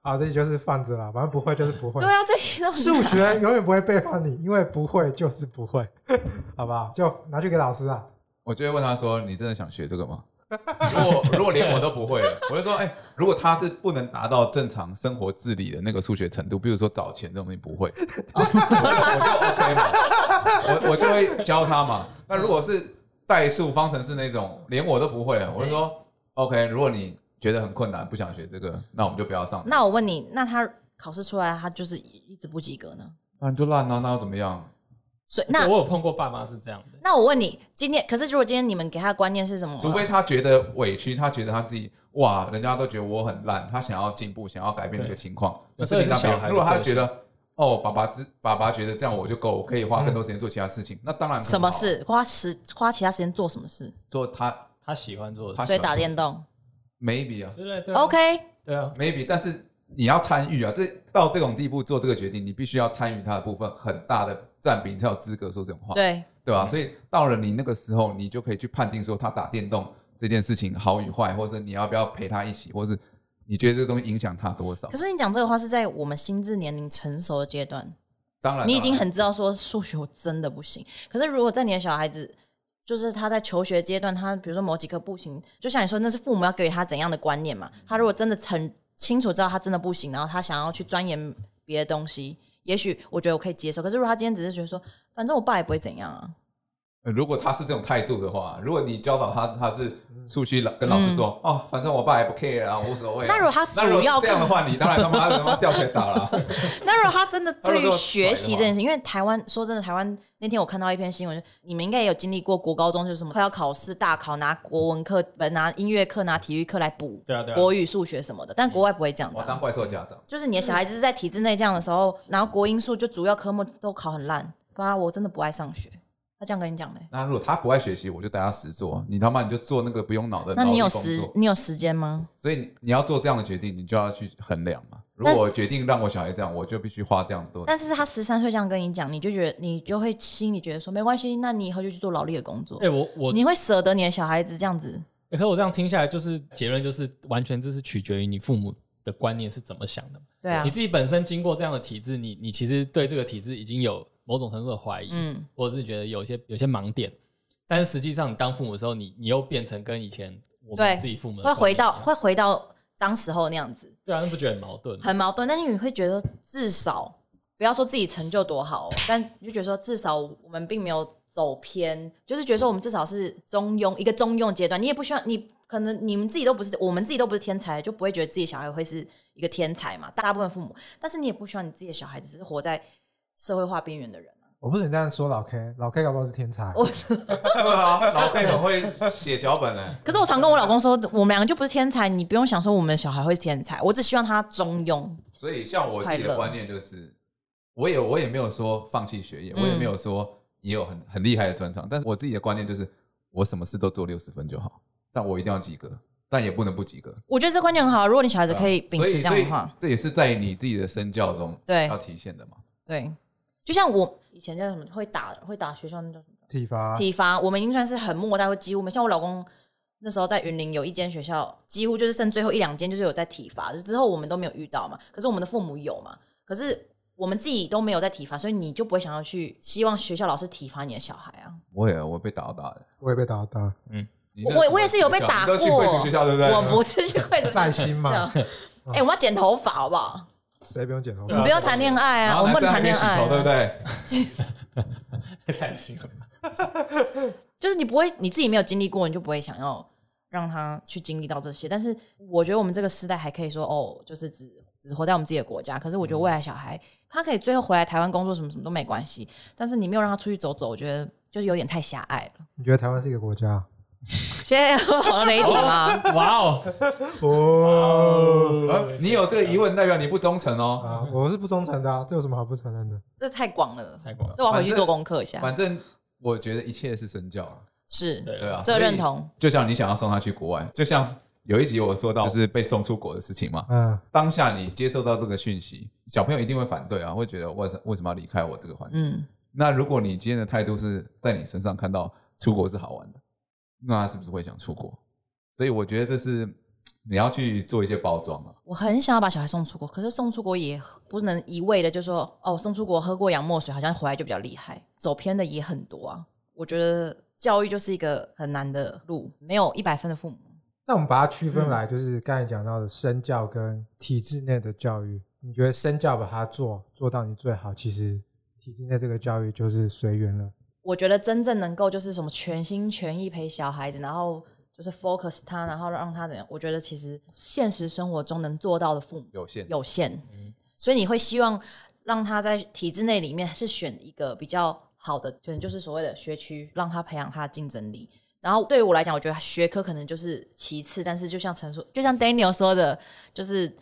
Speaker 1: 啊，这题就是放着啦，反正不会就是不会
Speaker 2: 对。啊，这题都
Speaker 1: 数学永远不会背叛你，因为不会就是不会， 好不好？就拿去给老师啊。
Speaker 4: 我就会问他说：“你真的想学这个吗？” 如果如果连我都不会了，我就说：“哎、如果他是不能达到正常生活自理的那个数学程度，比如说找钱这种东西不会，我就 OK 嘛，我我就会教他嘛。那如果是代数、方程式那种，连我都不会了，我就说 OK。如果你觉得很困难，不想学这个，那我们就不要上。
Speaker 2: 那我问你，那他考试出来，他就是一直不及格呢？
Speaker 4: 那你就烂啊，那又怎么样？
Speaker 2: 所以那
Speaker 3: 我有碰过爸妈是这样的，
Speaker 2: 那我问你，今天可是如果今天你们给他的观念是什么？
Speaker 4: 除非他觉得委屈，他觉得他自己哇，人家都觉得我很烂，他想要进步，想要改变这个情况，那
Speaker 3: 对
Speaker 4: 是平常没
Speaker 3: 这是小孩的
Speaker 4: 有。如果他
Speaker 3: 个性
Speaker 4: 觉得哦，爸爸只爸爸觉得这样我就够，我可以花更多时间做其他事情，那当然
Speaker 2: 什么事？花时花其他时间做什么事？
Speaker 4: 做他
Speaker 3: 他喜欢做的
Speaker 4: 他
Speaker 3: 事
Speaker 2: 所以打
Speaker 4: 喜欢
Speaker 2: 电动。
Speaker 4: maybe 啊
Speaker 3: 之类。对啊
Speaker 2: OK，
Speaker 3: 对啊，
Speaker 4: maybe，但是你要参与啊，这到这种地步做这个决定，你必须要参与他的部分很大的占比，你才有资格说这种话，
Speaker 2: 对，
Speaker 4: 对吧、所以到了你那个时候，你就可以去判定说他打电动这件事情好与坏，或者你要不要陪他一起，或是你觉得这个东西影响他多少
Speaker 2: 可。是你讲这个话是在我们心智年龄成熟的阶段，
Speaker 4: 当然，
Speaker 2: 你已
Speaker 4: 当然
Speaker 2: 经很知道说数学我真的不行。可是如果在你的小孩子，就是他在求学阶段，他比如说某几科不行，就像你说，那是父母要给予他怎样的观念嘛？
Speaker 4: 嗯
Speaker 2: 他如果真的很清楚知道他真的不行，然后他想要去钻研别的东西，也许我觉得我可以接受。可是如果他今天只是觉得说，反正我爸也不会怎样啊，
Speaker 4: 呃如果他是这种态度的话，如果你教导他，他是出去老跟老师说、哦，反正我爸也不 care 啊，无所谓
Speaker 2: 嗯
Speaker 4: 啊、
Speaker 2: 那如果他
Speaker 4: 那如果
Speaker 2: 主要
Speaker 4: 是这样的话，你当然他 妈他妈吊拳打了。啊
Speaker 2: 那如果他真的对
Speaker 4: 他如
Speaker 2: 于
Speaker 4: 果
Speaker 2: 学习这件事，因为台湾说真的，台湾那天我看到一篇新闻，你们应该也有经历过国高中就是什么快要考试大考，拿国文课、本拿音乐课、拿体育课来补
Speaker 3: 对啊对啊
Speaker 2: 国语、数学什么的，但国外不会这样子
Speaker 4: 我
Speaker 2: 啊、
Speaker 4: 当怪兽家长，
Speaker 2: 就是你的小孩子在体制内这样的时候，然后国英数就主要科目都考很烂，妈，我真的不爱上学。他这样跟你讲的、
Speaker 4: 那如果他不爱学习，我就带他实做，你他妈你就做那个不用脑的
Speaker 2: 那
Speaker 4: 劳
Speaker 2: 你
Speaker 4: 力
Speaker 2: 有
Speaker 4: 工
Speaker 2: 时
Speaker 4: 作。
Speaker 2: 你有时间吗？
Speaker 4: 所以你要做这样的决定，你就要去衡量嘛。如
Speaker 2: 但
Speaker 4: 果我决定让我小孩这样，我就必须花这样 多。
Speaker 2: 但是他十三岁这样跟你讲，你就觉得你就会心里觉得说没关系，那你以后就去做劳力的工作
Speaker 3: 哎、，我我
Speaker 2: 你会舍得你的小孩子这样子？
Speaker 3: 欸可是我这样听下来，就是结论就是完全这是取决于你父母的观念是怎么想的嘛。
Speaker 2: 对啊
Speaker 3: 你，自己本身经过这样的体制，你你其实对这个体制已经有某种程度的怀疑，
Speaker 2: 嗯。
Speaker 3: 或者是觉得有一些有些盲点。但是实际上，你当父母的时候，你你又变成跟以前我
Speaker 2: 对
Speaker 3: 们自己父母的
Speaker 2: 会回到
Speaker 3: 观念一样
Speaker 2: 会回到当时候那样子，
Speaker 3: 对啊，那不觉得很矛盾吗？
Speaker 2: 很矛盾。但是你会觉得至少不要说自己成就多好、哦，但你就觉得说至少我们并没有走偏，就是觉得说我们至少是中庸一个中庸阶段。你也不希望你可能你们自己都不是，我们自己都不是天才，就不会觉得自己小孩会是一个天才嘛。大部分父母，但是你也不希望你自己的小孩子只是活在社会化边缘的人。啊
Speaker 1: 我不准这样说老 K，老 K 搞不好是天才。
Speaker 2: 我
Speaker 4: 老辈很会写脚本呢、
Speaker 2: 可是我常跟我老公说，我们两个就不是天才，你不用想说我们的小孩会是天才，我只希望他中庸。
Speaker 4: 所以像我自己
Speaker 2: 快乐
Speaker 4: 的观念就是，我也我也没有说放弃学业，
Speaker 2: 嗯
Speaker 4: 我也没有说也有很很厉害的专长，但是我自己的观念就是，我什么事都做六十分就好，但我一定要及格，但也不能不及格。啊
Speaker 2: 我觉得这观念很好，如果你小孩子可以秉
Speaker 4: 所
Speaker 2: 持
Speaker 4: 以
Speaker 2: 这样的
Speaker 4: 所以啊
Speaker 2: 话，
Speaker 4: 这也是在你自己的身教中
Speaker 2: 对
Speaker 4: 要体现的嘛。
Speaker 2: 对，就像我以前叫什么会打会打学校那叫什么
Speaker 1: 体罚，
Speaker 2: 体
Speaker 4: 啊
Speaker 2: 罚，我们已经算是很末代，会几乎没像我老公那时候在云林有一间学校，几乎就是剩最后一两间就是有在体罚，之后我们都没有遇到嘛，可是我们的父母有嘛，可是我们自己都没有在体罚，所以你就不会想要去希望学校老师体罚你的小孩啊。
Speaker 4: 我也我被打到大的，
Speaker 1: 我也被打到，
Speaker 4: 你
Speaker 2: 我
Speaker 4: 那什么
Speaker 2: 我我也是有被
Speaker 4: 学校
Speaker 2: 打过，
Speaker 4: 你都去贵族学校对不啊对？
Speaker 2: 我 不是去贵族
Speaker 1: 在心嘛，
Speaker 2: 哎、我们要剪头发好不好？
Speaker 1: 谁不用剪头
Speaker 3: 对
Speaker 1: 发
Speaker 2: 我
Speaker 3: 啊
Speaker 2: 们？不要谈恋爱
Speaker 4: 然
Speaker 2: 啊，
Speaker 4: 后
Speaker 2: 我们
Speaker 4: 男
Speaker 2: 不能
Speaker 4: 生还
Speaker 2: 谈
Speaker 4: 可以
Speaker 2: 恋
Speaker 4: 洗
Speaker 2: 爱、
Speaker 4: 头，对不 对？
Speaker 3: 太恶心了吧。
Speaker 2: 就是你不会你自己没有经历过，你就不会想要让他去经历到这些。但是我觉得我们这个时代还可以说哦，就是只只活在我们自己的国家。可是我觉
Speaker 4: 嗯
Speaker 2: 得未来小孩他可以最后回来台湾工作，什么什么都没关系。但是你没有让他出去走走，我觉得就是有点太狭隘了。
Speaker 1: 你觉得台湾是一个国家？
Speaker 2: 现在 好了没底 吗？
Speaker 3: 哇哦，
Speaker 1: 哦，
Speaker 4: 呃 你有这个疑问，代表你不忠诚哦。
Speaker 1: 啊，我是不忠诚的、啊，这有什么好不承认的？
Speaker 2: 这太广了，
Speaker 3: 太广了，
Speaker 2: 这我要回去做功课一下。
Speaker 4: 反正我觉得一切是身教啊，
Speaker 2: 是，
Speaker 3: 对
Speaker 4: 对
Speaker 3: 啊，
Speaker 4: 啊，
Speaker 2: 这
Speaker 4: 所以
Speaker 2: 认。同
Speaker 4: 就像你想要送他去国外，就像有一集我说到就是被送出国的事情嘛，
Speaker 1: 嗯
Speaker 4: 当下你接受到这个讯息，小朋友一定会反对啊，会觉得为什为什么要离开我这个环境？
Speaker 2: 嗯，
Speaker 4: 那如果你今天的态度是在你身上看到出国是好玩的，那他是不是会想出国？所以我觉得这是你要去做一些包装啊。
Speaker 2: 我很想要把小孩送出国，可是送出国也不能一味的就说哦，送出国喝过洋墨水，好像回来就比较厉害，走偏的也很多啊。我觉得教育就是一个很难的路，没有一百分的父母。
Speaker 1: 那我们把它区分来，就是刚才讲到的身教跟体制内的教育。你觉得身教把它做做到你最好，其实体制内这个教育就是随缘了。
Speaker 2: 我觉得真正能够就是什么全心全意陪小孩子，然后就是 focus 他，然后让他怎样？我觉得其实现实生活中能做到的父母
Speaker 4: 有限，
Speaker 2: 有限，所以你会希望让他在体制内里面是选一个比较好的，可能就是所谓的学区，让他培养他的竞争力。然后对于我来讲，我觉得学科可能就是其次，但是就像陈说，就像 Daniel 说的，就是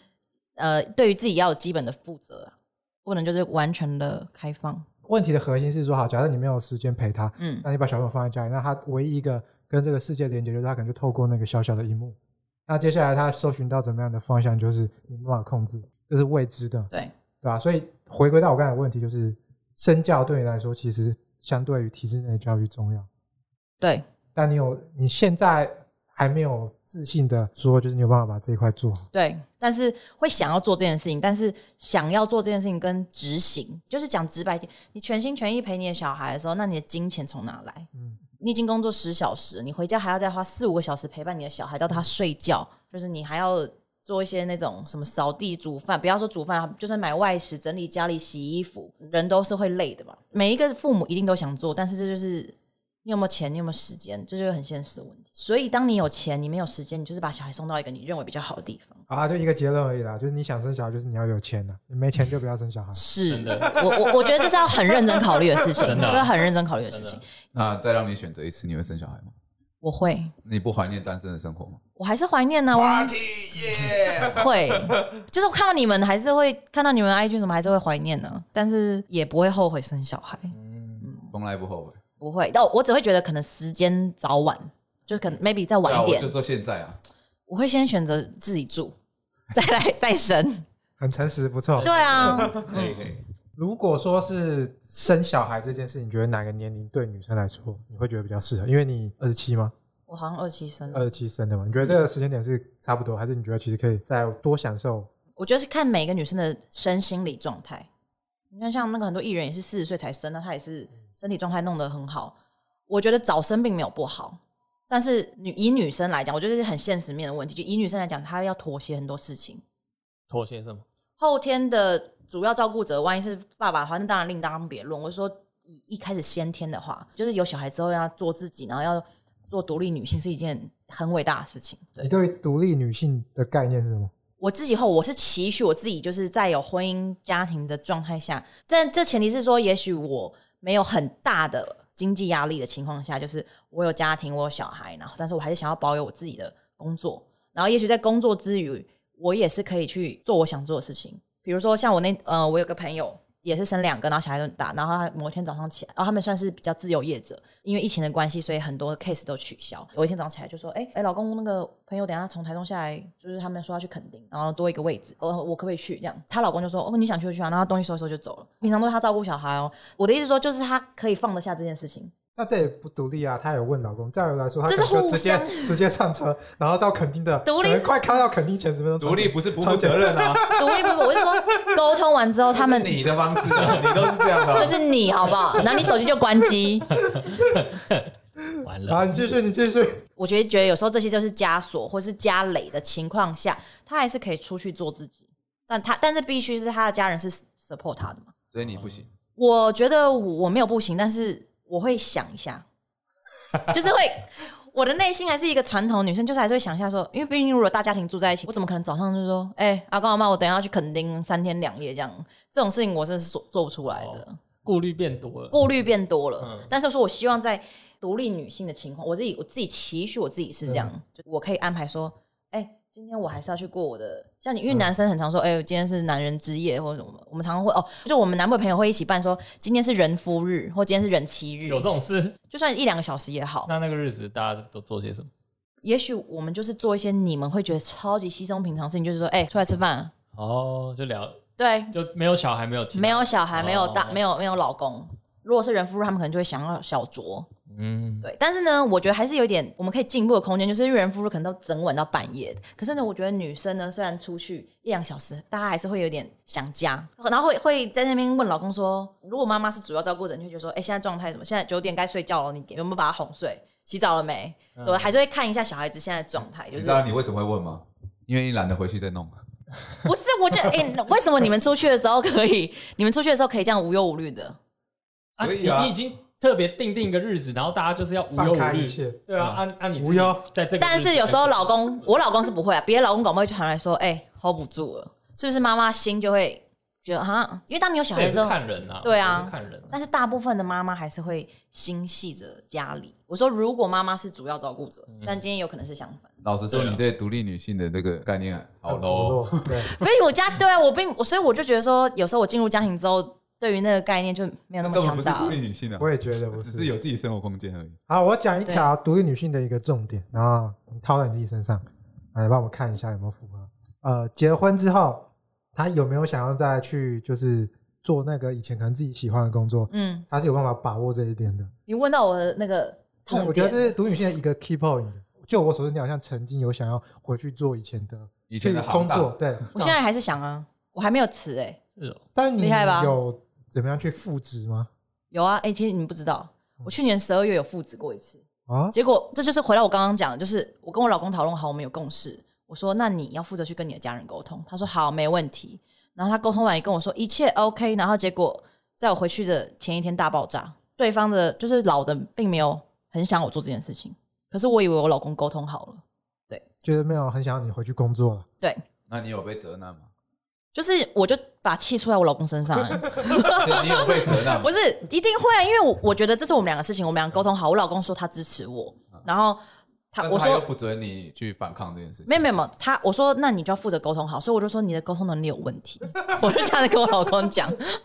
Speaker 2: 呃，对于自己要有基本的负责，啊不能就是完全的开放。
Speaker 1: 问题的核心是说，好，假设你没有时间陪他，
Speaker 2: 嗯，
Speaker 1: 那你把小朋友放在家里，那他唯一一个跟这个世界连接，就是他可能就透过那个小小的一幕。那接下来他搜寻到怎么样的方向，就是你没办法控制，这是未知的，
Speaker 2: 对，
Speaker 1: 对吧、所以回归到我刚才的问题，就是身教对你来说，其实相对于体制内的教育重要。
Speaker 2: 对，
Speaker 1: 但你有你现在还没有自信的说，就是你有办法把这一块做好。
Speaker 2: 对，但是会想要做这件事情，但是想要做这件事情跟执行，就是讲直白一点，你全心全意陪你的小孩的时候，那你的金钱从哪来？
Speaker 1: 嗯
Speaker 2: 你已经工作十小时，你回家还要再花四五个小时陪伴你的小孩到他睡觉，就是你还要做一些那种什么扫地、煮饭，不要说煮饭，啊就算买外食、整理家里、洗衣服，人都是会累的嘛。每一个父母一定都想做，但是这就是你有没有钱，你有没有时间，这就是很现实的问题。所以，当你有钱，你没有时间，你就是把小孩送到一个你认为比较好的地方。
Speaker 1: 好啊，就一个结论而已啦，就是你想生小孩，就是你要有钱了，你没钱就不要生小孩。
Speaker 2: 是
Speaker 3: 真的
Speaker 2: 我我我觉得这是要很认真考虑的事情，
Speaker 3: 真的
Speaker 2: 这是很认真考虑的事
Speaker 3: 真
Speaker 2: 情
Speaker 3: 的。
Speaker 4: 那再让你选择一次，你会生小孩吗？
Speaker 2: 我会，
Speaker 4: 你不怀念单身的生活吗
Speaker 2: 我还是怀念呢、我还
Speaker 4: ？Party 耶！
Speaker 2: 会，就是我看到你们还是会看到你们 IG 什么，还是会怀念呢、但是也不会后悔生小孩，
Speaker 4: 从来不后悔。
Speaker 2: 不会。但我只会觉得可能时间早晚，就是可能 maybe 再晚
Speaker 4: 对啊
Speaker 2: 一点，
Speaker 4: 我就说现在啊，
Speaker 2: 我会先选择自己住，再来再生。
Speaker 1: 很诚实，不错。
Speaker 2: 对啊，
Speaker 4: 可
Speaker 3: 嗯
Speaker 4: 以可以。
Speaker 1: 如果说是生小孩这件事，你觉得哪个年龄对女生来说你会觉得比较适合？因为你二十七吗？
Speaker 2: 我好像二七生，
Speaker 1: 二十七生的嘛，你觉得这个时间点是差不多，还是你觉得其实可以再多享受？
Speaker 2: 我觉得是看每个女生的身心理状态。你看，像那个很多艺人也是四十岁才生，那她也是身体状态弄得很好。我觉得早生并没有不好，但是女以女生来讲，我觉得是很现实面的问题。就以女生来讲，她要妥协很多事情。
Speaker 3: 妥协什么？
Speaker 2: 后天的主要照顾者，万一是爸爸的话，那当然另当别论。我是说，以一开始先天的话，就是有小孩之后要做自己，然后要做独立女性，是一件很伟大的事情。对
Speaker 1: 你，对于独立女性的概念是什么？
Speaker 2: 我自己后，我是期许我自己，就是在有婚姻家庭的状态下，但这前提是说，也许我没有很大的经济压力的情况下，就是我有家庭，我有小孩，然后但是我还是想要保有我自己的工作，然后也许在工作之余，我也是可以去做我想做的事情，比如说像我那呃，我有个朋友。也是生两个，然后小孩都很大，然后他某一天早上起来，哦然后他们算是比较自由业者，因为疫情的关系，所以很多 case 都取消。有一天早上起来就说：“哎、哎、老公，那个朋友等一下从台中下来，就是他们说要去垦丁，然后多一个位置，呃，我可不可以去？”这样，她老公就说：“哦，你想去就去啊。”然后她东西收一收就走了。平常都是她照顾小孩哦。我的意思说，就是她可以放得下这件事情。
Speaker 1: 那这也不独立啊，她有问老公，照理来说，她
Speaker 2: 这是
Speaker 1: 可能就直
Speaker 2: 互
Speaker 1: 接
Speaker 2: 相
Speaker 1: 直接上车，然后到垦丁的，
Speaker 2: 独
Speaker 1: 可
Speaker 2: 立
Speaker 1: 能
Speaker 2: 是
Speaker 1: 快开到垦丁前十分钟，
Speaker 4: 独立不是不负责任啊，
Speaker 2: 独立不不，我是说沟通完之后，他们
Speaker 4: 这是你的方 式啊，你都是这样的
Speaker 2: 这
Speaker 4: 啊。
Speaker 2: 是你好不好？然后你手机就关机。
Speaker 3: 完
Speaker 1: 好，
Speaker 3: 了，
Speaker 1: 你继续，你继续。
Speaker 2: 我觉得觉得有时候这些就是枷锁或是加累的情况下，他还是可以出去做自己，但他但是必须是他的家人是 support 他的嘛。
Speaker 4: 所以你不行，
Speaker 2: 我觉得我没有不行，但是我会想一下，就是会，我的内心还是一个传统女生，就是还是会想一下说，因为毕竟如果大家庭住在一起，我怎么可能早上就说，哎、阿公阿妈，我等一下要去垦丁三天两夜这样？这种事情我真的是做做不出来的，
Speaker 3: 顾虑变多了。
Speaker 2: 顾虑变多了。
Speaker 3: 嗯
Speaker 2: 但是说我希望在独立女性的情况，我自己我自己期许我自己是这样，
Speaker 3: 嗯
Speaker 2: 就我可以安排说，哎、今天我还是要去过我的，像你，
Speaker 3: 嗯
Speaker 2: 因为男生很常说，哎、今天是男人之夜或者什么，我们常常会哦，就我们南部的朋友会一起办说，今天是人夫日或今天是人妻日
Speaker 3: 有，这种事，
Speaker 2: 就算一两个小时也好。
Speaker 3: 那那个日子大家都做些什么？
Speaker 2: 也许我们就是做一些你们会觉得超级稀松平常的事情，就是说，哎、出来吃饭啊，
Speaker 3: 哦，就聊，
Speaker 2: 对，
Speaker 3: 就没有小孩，没有其他
Speaker 2: 没，有小孩，没有大
Speaker 3: 哦，
Speaker 2: 没有没有老公。如果是人夫，他们可能就会想要小酌，
Speaker 3: 嗯，
Speaker 2: 对。但是呢，我觉得还是有点我们可以进步的空间，就是因为人夫可能都整晚到半夜。可是呢，我觉得女生呢，虽然出去一两小时，大家还是会有点想家，然后会会在那边问老公说，如果妈妈是主要照顾者，你就觉得说，哎、现在状态是什么？现在九点该睡觉了，你有没有把她哄睡？洗澡了没？所以还是会看一下小孩子现在的状态，就
Speaker 4: 嗯你
Speaker 2: 是
Speaker 4: 知道你为什么会问吗？因为你懒得回去再弄。
Speaker 2: 不是，我就哎、为什么你们出去的时候可以，你们出去的时候可以这样无忧无虑的？
Speaker 3: 啊，
Speaker 4: 所以
Speaker 3: 你
Speaker 4: 啊
Speaker 3: 你已经特别定定一个日子，然后大家就是要无忧
Speaker 1: 放开
Speaker 3: 无虑
Speaker 1: 一，切，嗯
Speaker 3: 对啊，按按你自己
Speaker 1: 无忧
Speaker 3: 在这个日子，
Speaker 2: 但是有时候老公，我老公是不会啊，别的老公搞不好就传来说，哎、h o l d 不住了，是不是？妈妈心就会觉得啊，因为当你有小
Speaker 3: 这
Speaker 2: 孩
Speaker 3: 也
Speaker 2: 之
Speaker 3: 是
Speaker 2: 后，
Speaker 3: 看人啊，
Speaker 2: 对啊
Speaker 3: 这也是看人啊。
Speaker 2: 但是大部分的妈妈还是会心系着家里。我说，如果妈妈是主要照顾者，但今天有可能是相反，
Speaker 4: 老实说，
Speaker 3: 对啊
Speaker 4: 你对独立女性的这个概念好 low。
Speaker 1: 弱，对，
Speaker 2: 所以我家对啊，我并所以我就觉得说，有时候我进入家庭之后，对于那个概念就没有那
Speaker 4: 那
Speaker 2: 么
Speaker 4: 根本
Speaker 2: 强
Speaker 4: 不是
Speaker 2: 大
Speaker 4: 独
Speaker 2: 了
Speaker 4: 立。女性啊，
Speaker 1: 我也觉得不
Speaker 4: 只
Speaker 1: 是
Speaker 4: 是有自己生活空间而已。
Speaker 1: 好，我讲一条独立女性的一个重点，然后你套在你自己身上，来帮我看一下有没有符合。呃，结婚之后，她有没有想要再去就是做那个以前可能自己喜欢的工作？
Speaker 2: 嗯，
Speaker 1: 她是有办法把握这一点的。
Speaker 2: 你问到我的那个痛点，
Speaker 1: 我觉得这是独立女性的一个 key point。就我所知，你好像曾经有想要回去做以前的
Speaker 4: 以前的
Speaker 1: 去工
Speaker 4: 行当
Speaker 1: 作，对。
Speaker 2: 我现在还是想啊，我还没有辞哎、
Speaker 3: 是哦，
Speaker 1: 但是你
Speaker 2: 厉害吧
Speaker 1: 有怎么样去复职吗？
Speaker 2: 有啊，哎、其实你们不知道，我去年十二月有复职过一次，
Speaker 1: 啊，
Speaker 2: 结果这就是回到我刚刚讲的，就是我跟我老公讨论好，我们有共识，我说那你要负责去跟你的家人沟通，他说好，没问题。然后他沟通完也跟我说一切 OK，然后结果在我回去的前一天大爆炸，对方的就是老的并没有很想我做这件事情，可是我以为我老公沟通好了，
Speaker 1: 觉得没有很想要你回去工作了。
Speaker 2: 对，
Speaker 4: 那你有被责难 吗？
Speaker 2: 就是我就把气出在我老公身上、哎
Speaker 4: 对你有被责难吗
Speaker 2: 不？是一定会啊，因为我我觉得这是我们两个事情，我们俩沟通好。我老公说他支持我，然后他
Speaker 4: 嗯但
Speaker 2: 我
Speaker 4: 他又
Speaker 2: 说
Speaker 4: 不准你去反抗这件事情。
Speaker 2: 没有没有没有，他我说那你就要负责沟通好，所以我就说你的沟通能力有问题， 我就这样子跟我老公讲。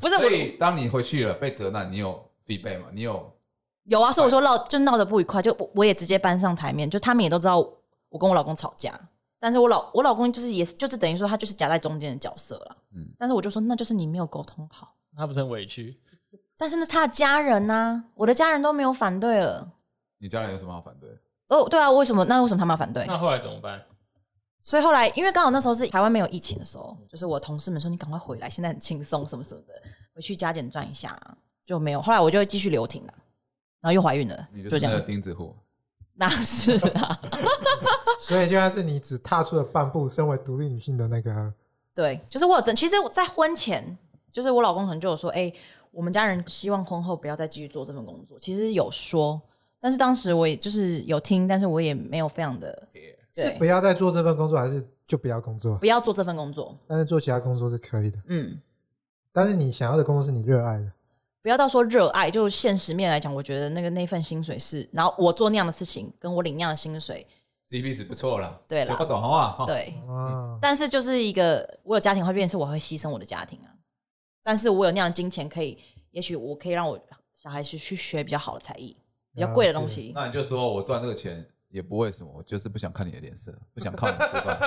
Speaker 2: 不是我
Speaker 4: 所以当你回去了被责难，你有必备吗？你有
Speaker 2: 有啊，所以我说闹就闹得不愉快，就我我也直接搬上台面，就他们也都知道我跟我老公吵架，但是我老我老公就是也是就是等于说他就是夹在中间的角色了，
Speaker 4: 嗯
Speaker 2: 但是我就说那就是你没有沟通好，
Speaker 3: 他不是很委屈，
Speaker 2: 但是那是他的家人呐、我的家人都没有反对了。
Speaker 4: 你家人有什么好反对？
Speaker 2: 哦，对啊，为什么？那为什么他们要反对？
Speaker 3: 那后来怎么办？
Speaker 2: 所以后来，因为刚好那时候是台湾没有疫情的时候，就是我同事们说你赶快回来，现在很轻松什么什么的，回去加减赚一下，就没有。后来我就继续留停了，然后又怀孕了
Speaker 4: 你，就是
Speaker 2: 就这
Speaker 4: 那个
Speaker 2: 样。
Speaker 4: 钉子户。
Speaker 2: 那是啊，
Speaker 1: 所以就算是你只踏出了半步，身为独立女性的那个
Speaker 2: 对，就是我有真，其实我在婚前，就是我老公可能就有说，哎、我们家人希望婚后不要再继续做这份工作，其实有说，但是当时我也就是有听，但是我也没有非常的
Speaker 1: 是
Speaker 2: 对
Speaker 1: 不，要再做这份工作，还是就不要工作？
Speaker 2: 不要做这份工作，
Speaker 1: 但是做其他工作是可以的。
Speaker 2: 嗯。
Speaker 1: 但是你想要的工作是你热爱的，
Speaker 2: 不要到说热爱，就现实面来讲，我觉得那个那份薪水是，然后我做那样的事情，跟我领那样的薪水，
Speaker 4: CP 值不错啦，
Speaker 2: 对啦
Speaker 4: 学不懂好不好？哈
Speaker 2: 对。
Speaker 1: 啊，
Speaker 2: 但是就是一个我有家庭会变成是我会牺牲我的家庭啊，但是我有那样的金钱可以，也许我可以让我小孩去去学比较好的才艺，比较贵的东西。
Speaker 4: 那你就说我赚这个钱也不为什么，我就是不想看你的脸色，不想靠你吃饭。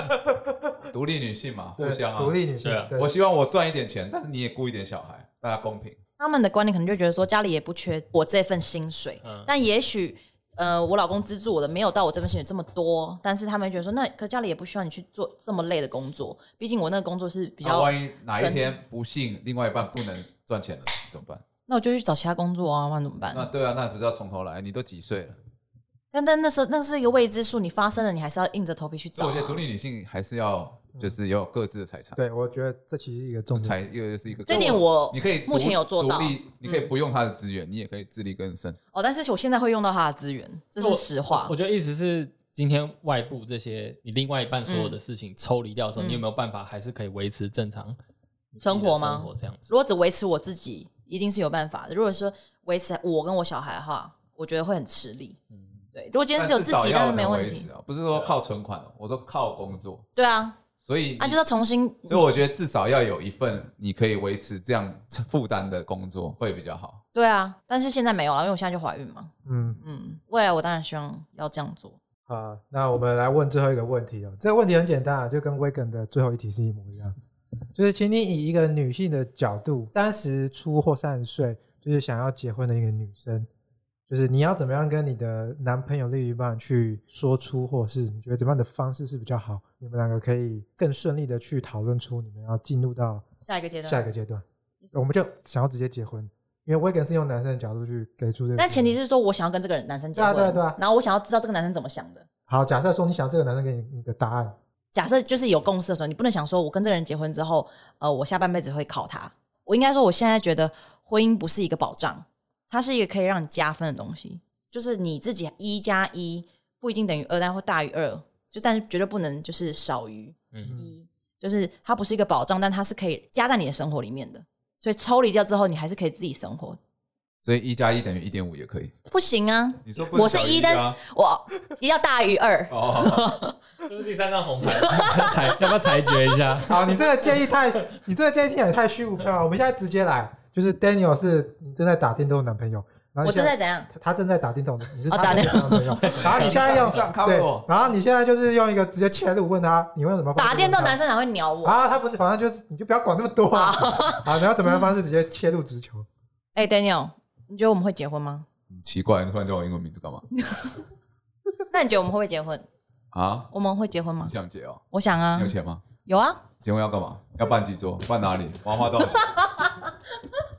Speaker 4: 独立女性嘛，互
Speaker 1: 对
Speaker 4: 相啊。
Speaker 1: 独立女性
Speaker 3: 对啊，
Speaker 1: 对
Speaker 4: 我希望我赚一点钱，但是你也雇一点小孩，大家公平。
Speaker 2: 他们的观念可能就觉得说家里也不缺我这份薪水，
Speaker 3: 嗯
Speaker 2: 但也许呃我老公资助我的没有到我这份薪水这么多，但是他们觉得说那可家里也不需要你去做这么累的工作，毕竟我那个工作是比
Speaker 4: 那
Speaker 2: 较
Speaker 4: 啊万一哪一天不幸另外一半不能赚钱了怎么办？
Speaker 2: 那我就去找其他工作啊，不然怎么办？
Speaker 4: 那对啊，那不是要从头来？你都几岁了？
Speaker 2: 但但那时候那是一个未知数，你发生了，你还是要硬着头皮去
Speaker 4: 所
Speaker 2: 找
Speaker 4: 以
Speaker 2: 啊、
Speaker 4: 我觉得独立女性还是要就是有各自的财
Speaker 1: 嗯
Speaker 4: 产。
Speaker 1: 对，我觉得这其实是一个重
Speaker 4: 才
Speaker 1: 点。
Speaker 4: 又又是一个
Speaker 2: 这点我
Speaker 4: 你可以独
Speaker 2: 目前有做到嗯
Speaker 4: 独立你可以不用他的资源，你也可以自力更生。
Speaker 2: 哦，但是我现在会用到他的资源，这是实话
Speaker 3: 我。觉得意思是，今天外部这些你另外一半所有的事情抽离掉的时候，
Speaker 2: 嗯
Speaker 3: 你有没有办法还是可以维持正常你自己的
Speaker 2: 生活吗
Speaker 3: 生活这样 子。
Speaker 2: 如果只维持我自己，一定是有办法的。如果说维持我跟我小孩的话，我觉得会很吃力。对，如果今天只有自
Speaker 4: 但至
Speaker 2: 己，
Speaker 4: 少要
Speaker 2: 但是没
Speaker 4: 能
Speaker 2: 问
Speaker 4: 维
Speaker 2: 题
Speaker 4: 持。啊，不是说靠存款，哦我说靠工作。
Speaker 2: 对啊，
Speaker 4: 所以你，
Speaker 2: 啊，就是要重新。
Speaker 4: 所以我觉得至少要有一份你可以维持这样负担的工作会比较好。
Speaker 2: 对啊，但是现在没有啊，因为我现在就怀孕嘛。
Speaker 1: 嗯
Speaker 2: 嗯，未来我当然希望要这样做。
Speaker 1: 啊，那我们来问最后一个问题哦。这个问题很简单啊，就跟 Wagon 的最后一题是一模一样，就是请你以一个女性的角度，三十出或三十岁，就是想要结婚的一个女生，就是你要怎么样跟你的男朋友、另一半去说出，或是你觉得怎么样的方式是比较好，你们两个可以更顺利的去讨论出你们要进入到
Speaker 2: 下一个阶段，
Speaker 1: 下一个阶段。我们就想要直接结婚，因为 Wagon 是用男生的角度去给出这个建议，
Speaker 2: 但前提是说我想要跟这个男生结
Speaker 1: 对啊
Speaker 2: 婚，
Speaker 1: 对啊对啊
Speaker 2: 然后我想要知道这个男生怎么想的。
Speaker 1: 好，假设说你想这个男生给你一个答案。
Speaker 2: 假设就是有共识的时候，你不能想说我跟这个人结婚之后，呃，我下半辈子会靠他。我应该说，我现在觉得婚姻不是一个保障，它是一个可以让你加分的东西。就是你自己一加一不一定等于二，但会大于二，就但是绝对不能就是少于
Speaker 3: 嗯，
Speaker 2: 一。就是它不是一个保障，但它是可以加在你的生活里面的。所以抽离掉之后，你还是可以自己生活。
Speaker 4: 所以一加一等于一点五也可以。
Speaker 2: 不行啊，
Speaker 4: 你说不
Speaker 2: 我是
Speaker 4: 小于
Speaker 2: 一，但
Speaker 4: 啊
Speaker 2: 是我 一定要大于二。
Speaker 4: 哦，
Speaker 3: 就是第三张红牌， 裁要不要裁决一 下？
Speaker 1: 好，你这个建议太，你这个建议听起来太虚无缥缈。我们现在直接来，就是 Daniel 是你正在打电动的男朋友，然后
Speaker 2: 我
Speaker 1: 你现
Speaker 2: 正在怎样？
Speaker 1: 他他正在打电动，你是
Speaker 2: 哦
Speaker 1: 他
Speaker 2: 打
Speaker 1: 正在
Speaker 2: 电
Speaker 1: 打电动的男朋友，然后你现在用
Speaker 4: 上
Speaker 1: 对
Speaker 4: cover 我，，
Speaker 1: 然后你现在就是用一个直接切入问他，你会用什么方式
Speaker 2: 打电动
Speaker 1: 问他
Speaker 2: 男生哪会鸟我？
Speaker 1: 啊？他不是，反正就是你就不要管那么多啊。好，你要怎么样的方式直接切入直球？
Speaker 2: 哎、d a n i e l 你觉得我们会结婚吗？
Speaker 4: 嗯奇怪，你突然叫我英文名字干嘛？
Speaker 2: 那你觉得我们会不会结婚？
Speaker 4: 啊，
Speaker 2: 我们会结婚吗
Speaker 4: 你？想结哦？
Speaker 2: 我想啊
Speaker 4: 你有，钱吗？
Speaker 2: 有啊，
Speaker 4: 结婚要干嘛？要办几桌？办哪里？我要花多少钱？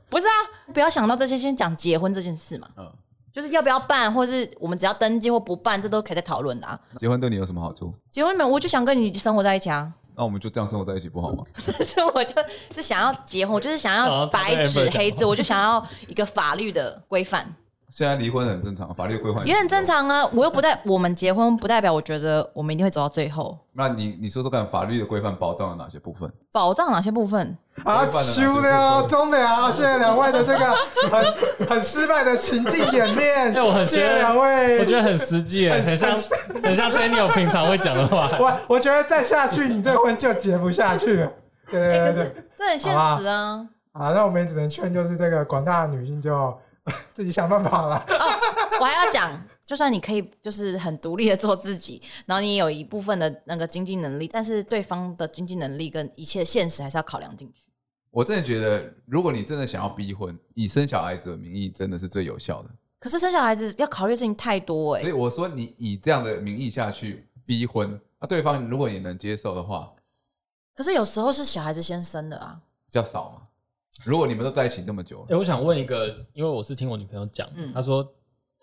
Speaker 2: 不是啊，不要想到这些，先讲结婚这件事嘛，
Speaker 4: 嗯，
Speaker 2: 就是要不要办，或是我们只要登记或不办，这都可以再讨论的啊。
Speaker 4: 结婚对你有什么好处？
Speaker 2: 结婚没有，我就想跟你生活在一起啊，
Speaker 4: 那我们就这样生活在一起不好吗？
Speaker 2: 但是我就是想要结婚，我就是想要白纸黑字，我就想要一个法律的规范，
Speaker 4: 现在离婚很正常，法律规范
Speaker 2: 也很正。常啊。我又不代我们结婚，不代表我觉得我们一定会走到最后。
Speaker 4: 那你你说说看，法律的规范保障了哪些部分？
Speaker 2: 保障哪些部分？
Speaker 1: 啊，输了，中了！啊谢谢两位的这个很很失败的情境演练。
Speaker 3: 哎我很
Speaker 1: 谢
Speaker 3: 觉
Speaker 1: 谢
Speaker 3: 得
Speaker 1: 两位，
Speaker 3: 我觉得很实际耶，很像很像 Daniel 平常会讲的话。
Speaker 1: 我我觉得再下去，你这婚就结不下去 了。对
Speaker 2: 哎、
Speaker 1: 对对
Speaker 2: 可
Speaker 1: 对，
Speaker 2: 是这很现实啊。
Speaker 1: 啊，那我们也只能劝，就是这个广大的女性就 自己想办法了。
Speaker 2: 我还要讲，就算你可以就是很独立的做自己，然后你也有一部分的那个经济能力，但是对方的经济能力跟一切现实还是要考量进去。
Speaker 4: 我真的觉得，如果你真的想要逼婚，以生小孩子的名义真的是最有效的。
Speaker 2: 可是生小孩子要考虑的事情太多哎、
Speaker 4: 所以我说，你以这样的名义下去逼婚，那、对方如果也能接受的话，
Speaker 2: 可是有时候是小孩子先生的啊，
Speaker 4: 比较少嘛。如果你们都在一起这么久
Speaker 3: 哎、，我想问一个，因为我是听我女朋友讲，
Speaker 2: 嗯
Speaker 3: 她说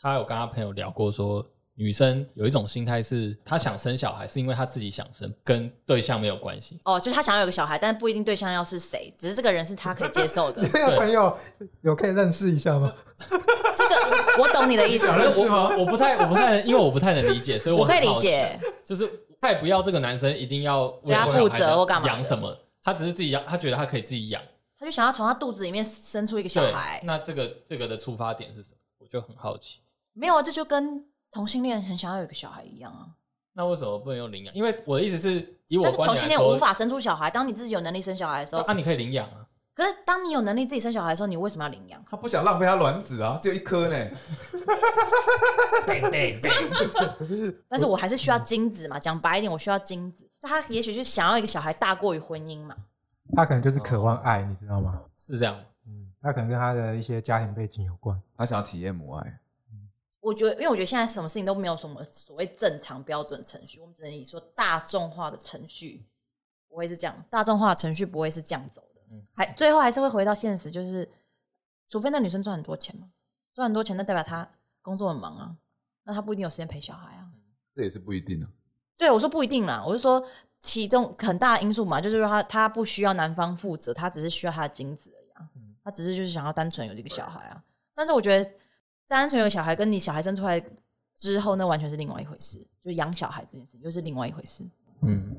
Speaker 3: 她有跟她朋友聊过说女生有一种心态是她想生小孩是因为她自己想生，跟对象没有关系。
Speaker 2: 哦，就是他想要有个小孩，但不一定对象要是谁，只是这个人是他可以接受的
Speaker 1: 你。那个朋友有可以认识一下吗？
Speaker 2: 这个我懂你的意思，
Speaker 3: 我我我不太我不太因为我不太能理解，所以
Speaker 2: 我
Speaker 3: 很
Speaker 2: 可以理
Speaker 3: 好奇，啊
Speaker 2: 解。
Speaker 3: 就是太不要这个男生一定要为
Speaker 2: 对他
Speaker 3: 小孩
Speaker 2: 负责或干嘛的
Speaker 3: 养什么，他只是自己养，他觉得他可以自己养
Speaker 2: 他就想要从他肚子里面生出一个小
Speaker 3: 对
Speaker 2: 孩，
Speaker 3: 那这个这个的出发点是什么？我就很好奇。
Speaker 2: 没有啊，这就跟同性恋很想要有一个小孩一样啊。
Speaker 3: 那为什么不能用领养？因为我的意思是，以我
Speaker 2: 但
Speaker 3: 观
Speaker 2: 是
Speaker 3: 点
Speaker 2: 同性
Speaker 3: 来
Speaker 2: 恋
Speaker 3: 说，
Speaker 2: 无法生出小孩，当你自己有能力生小孩的时候，
Speaker 3: 啊，你可以领养啊。
Speaker 2: 可是当你有能力自己生小孩的时候，你为什么要领养？
Speaker 4: 他不想浪费他卵子啊，只有一颗呢。
Speaker 3: 对对对，
Speaker 2: 但是我还是需要精子嘛，讲白一点，我需要精子。就他也许是想要一个小孩大过于婚姻嘛。
Speaker 1: 他可能就是渴望爱，你知道吗？
Speaker 3: 是这样吗。
Speaker 1: 嗯，他可能跟他的一些家庭背景有关。
Speaker 4: 他想要体验母爱，
Speaker 2: 我觉得，因为我觉得现在什么事情都没有什么所谓正常标准程序，我们只能以说大众化的程序不会是这样，大众化的程序不会是这样走的。还最后还是会回到现实，就是除非那女生赚很多钱嘛，赚很多钱那代表她工作很忙啊，那她不一定有时间陪小孩啊。
Speaker 4: 这也是不一定的、
Speaker 2: 对，我说不一定啦，我是说其中很大的因素嘛，就是说他他不需要男方负责，他只是需要他的精子而已啊，他只是就是想要单纯有这个小孩啊。但是我觉得单纯有个小孩，跟你小孩生出来之后，那完全是另外一回事，就养小孩这件事情又是另外一回事。
Speaker 3: 嗯，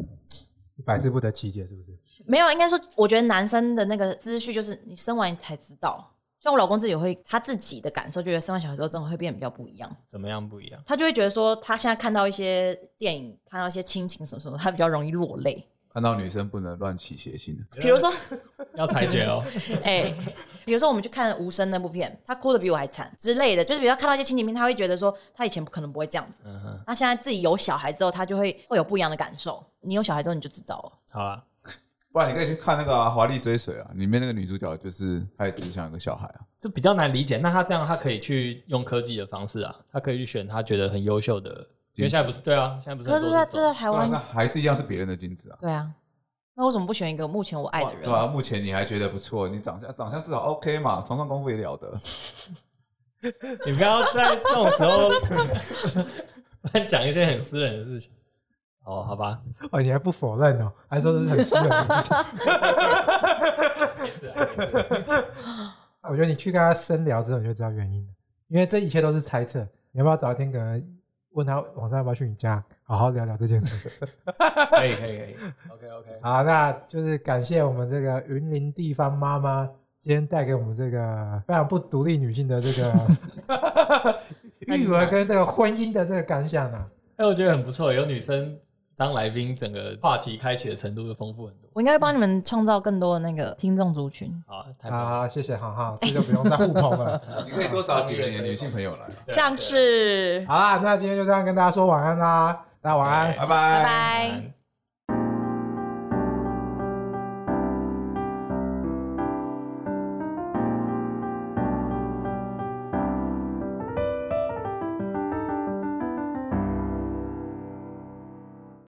Speaker 1: 百思不得其解，是不是？
Speaker 2: 没有，应该说，我觉得男生的那个思绪就是你生完才知道。像我老公自己会他自己的感受，就觉得生完小孩之后真的会变得比较不一样。
Speaker 3: 怎么样不一样？
Speaker 2: 他就会觉得说，他现在看到一些电影，看到一些亲情什么什么，他比较容易落泪。
Speaker 4: 看到女生不能乱起邪心，
Speaker 2: 比如说，
Speaker 3: 要裁决 哦，
Speaker 2: 哎、比如说我们去看《无声》那部片，他哭的比我还惨之类的，就是比较看到一些亲情片，他会觉得说，他以前可能不会这样子，
Speaker 3: 嗯哼，
Speaker 2: 他现在自己有小孩之后，他就会会有不一样的感受。你有小孩之后你就知道了。
Speaker 3: 好啦，
Speaker 4: 不然你可以去看那个啊《华丽追随》啊，里面那个女主角就是她也只是想有个小孩啊。
Speaker 3: 就比较难理解。那他这样，他可以去用科技的方式啊，他可以去选他觉得很优秀的，因为现在不是对啊，现在不是
Speaker 2: 可
Speaker 3: 很
Speaker 2: 是
Speaker 3: 多
Speaker 2: 他
Speaker 3: 这
Speaker 2: 这
Speaker 3: 种
Speaker 2: 在台
Speaker 4: 对啊，那
Speaker 2: 湾，
Speaker 4: 还是一样是别人的精子啊。
Speaker 2: 对啊，那为什么不选一个目前我爱的人
Speaker 4: 对？啊，目前你还觉得不错，你长相长相至少 OK 嘛，床上功夫也了得。
Speaker 3: 你不要在这种时候乱讲一些很私人的事情。哦，好吧，
Speaker 1: 哦，你还不否认哦，还说这是很私人的事 情。
Speaker 3: 没事啊，没事啊。
Speaker 1: 我觉得你去跟他深聊之后，你就知道原因了，因为这一切都是猜测。你要不要找一天可能问他晚上要不要去你家，好好聊聊这件事？
Speaker 3: 可以，可以，可以。OK，OK。
Speaker 1: 好，那就是感谢我们这个云林地方妈妈今天带给我们这个非常不独立女性的这 个育儿跟这个婚姻的这个感想啊。
Speaker 3: 哎，我觉得很不错，有女生当来宾，整个话题开启的程度就丰富很多。
Speaker 2: 我应该会帮你们创造更多的那个听众族群。
Speaker 3: 好，太棒了。
Speaker 1: 好，谢谢，好好，这就不用再互捧了。
Speaker 4: 你可以多找几个你的女性朋友来，
Speaker 3: 对啊
Speaker 2: 像是，
Speaker 1: 啊好啦，那今天就这样跟大家说晚安啦，大家晚安。
Speaker 4: 拜
Speaker 2: 拜
Speaker 4: 拜。
Speaker 2: 拜。
Speaker 3: 对啊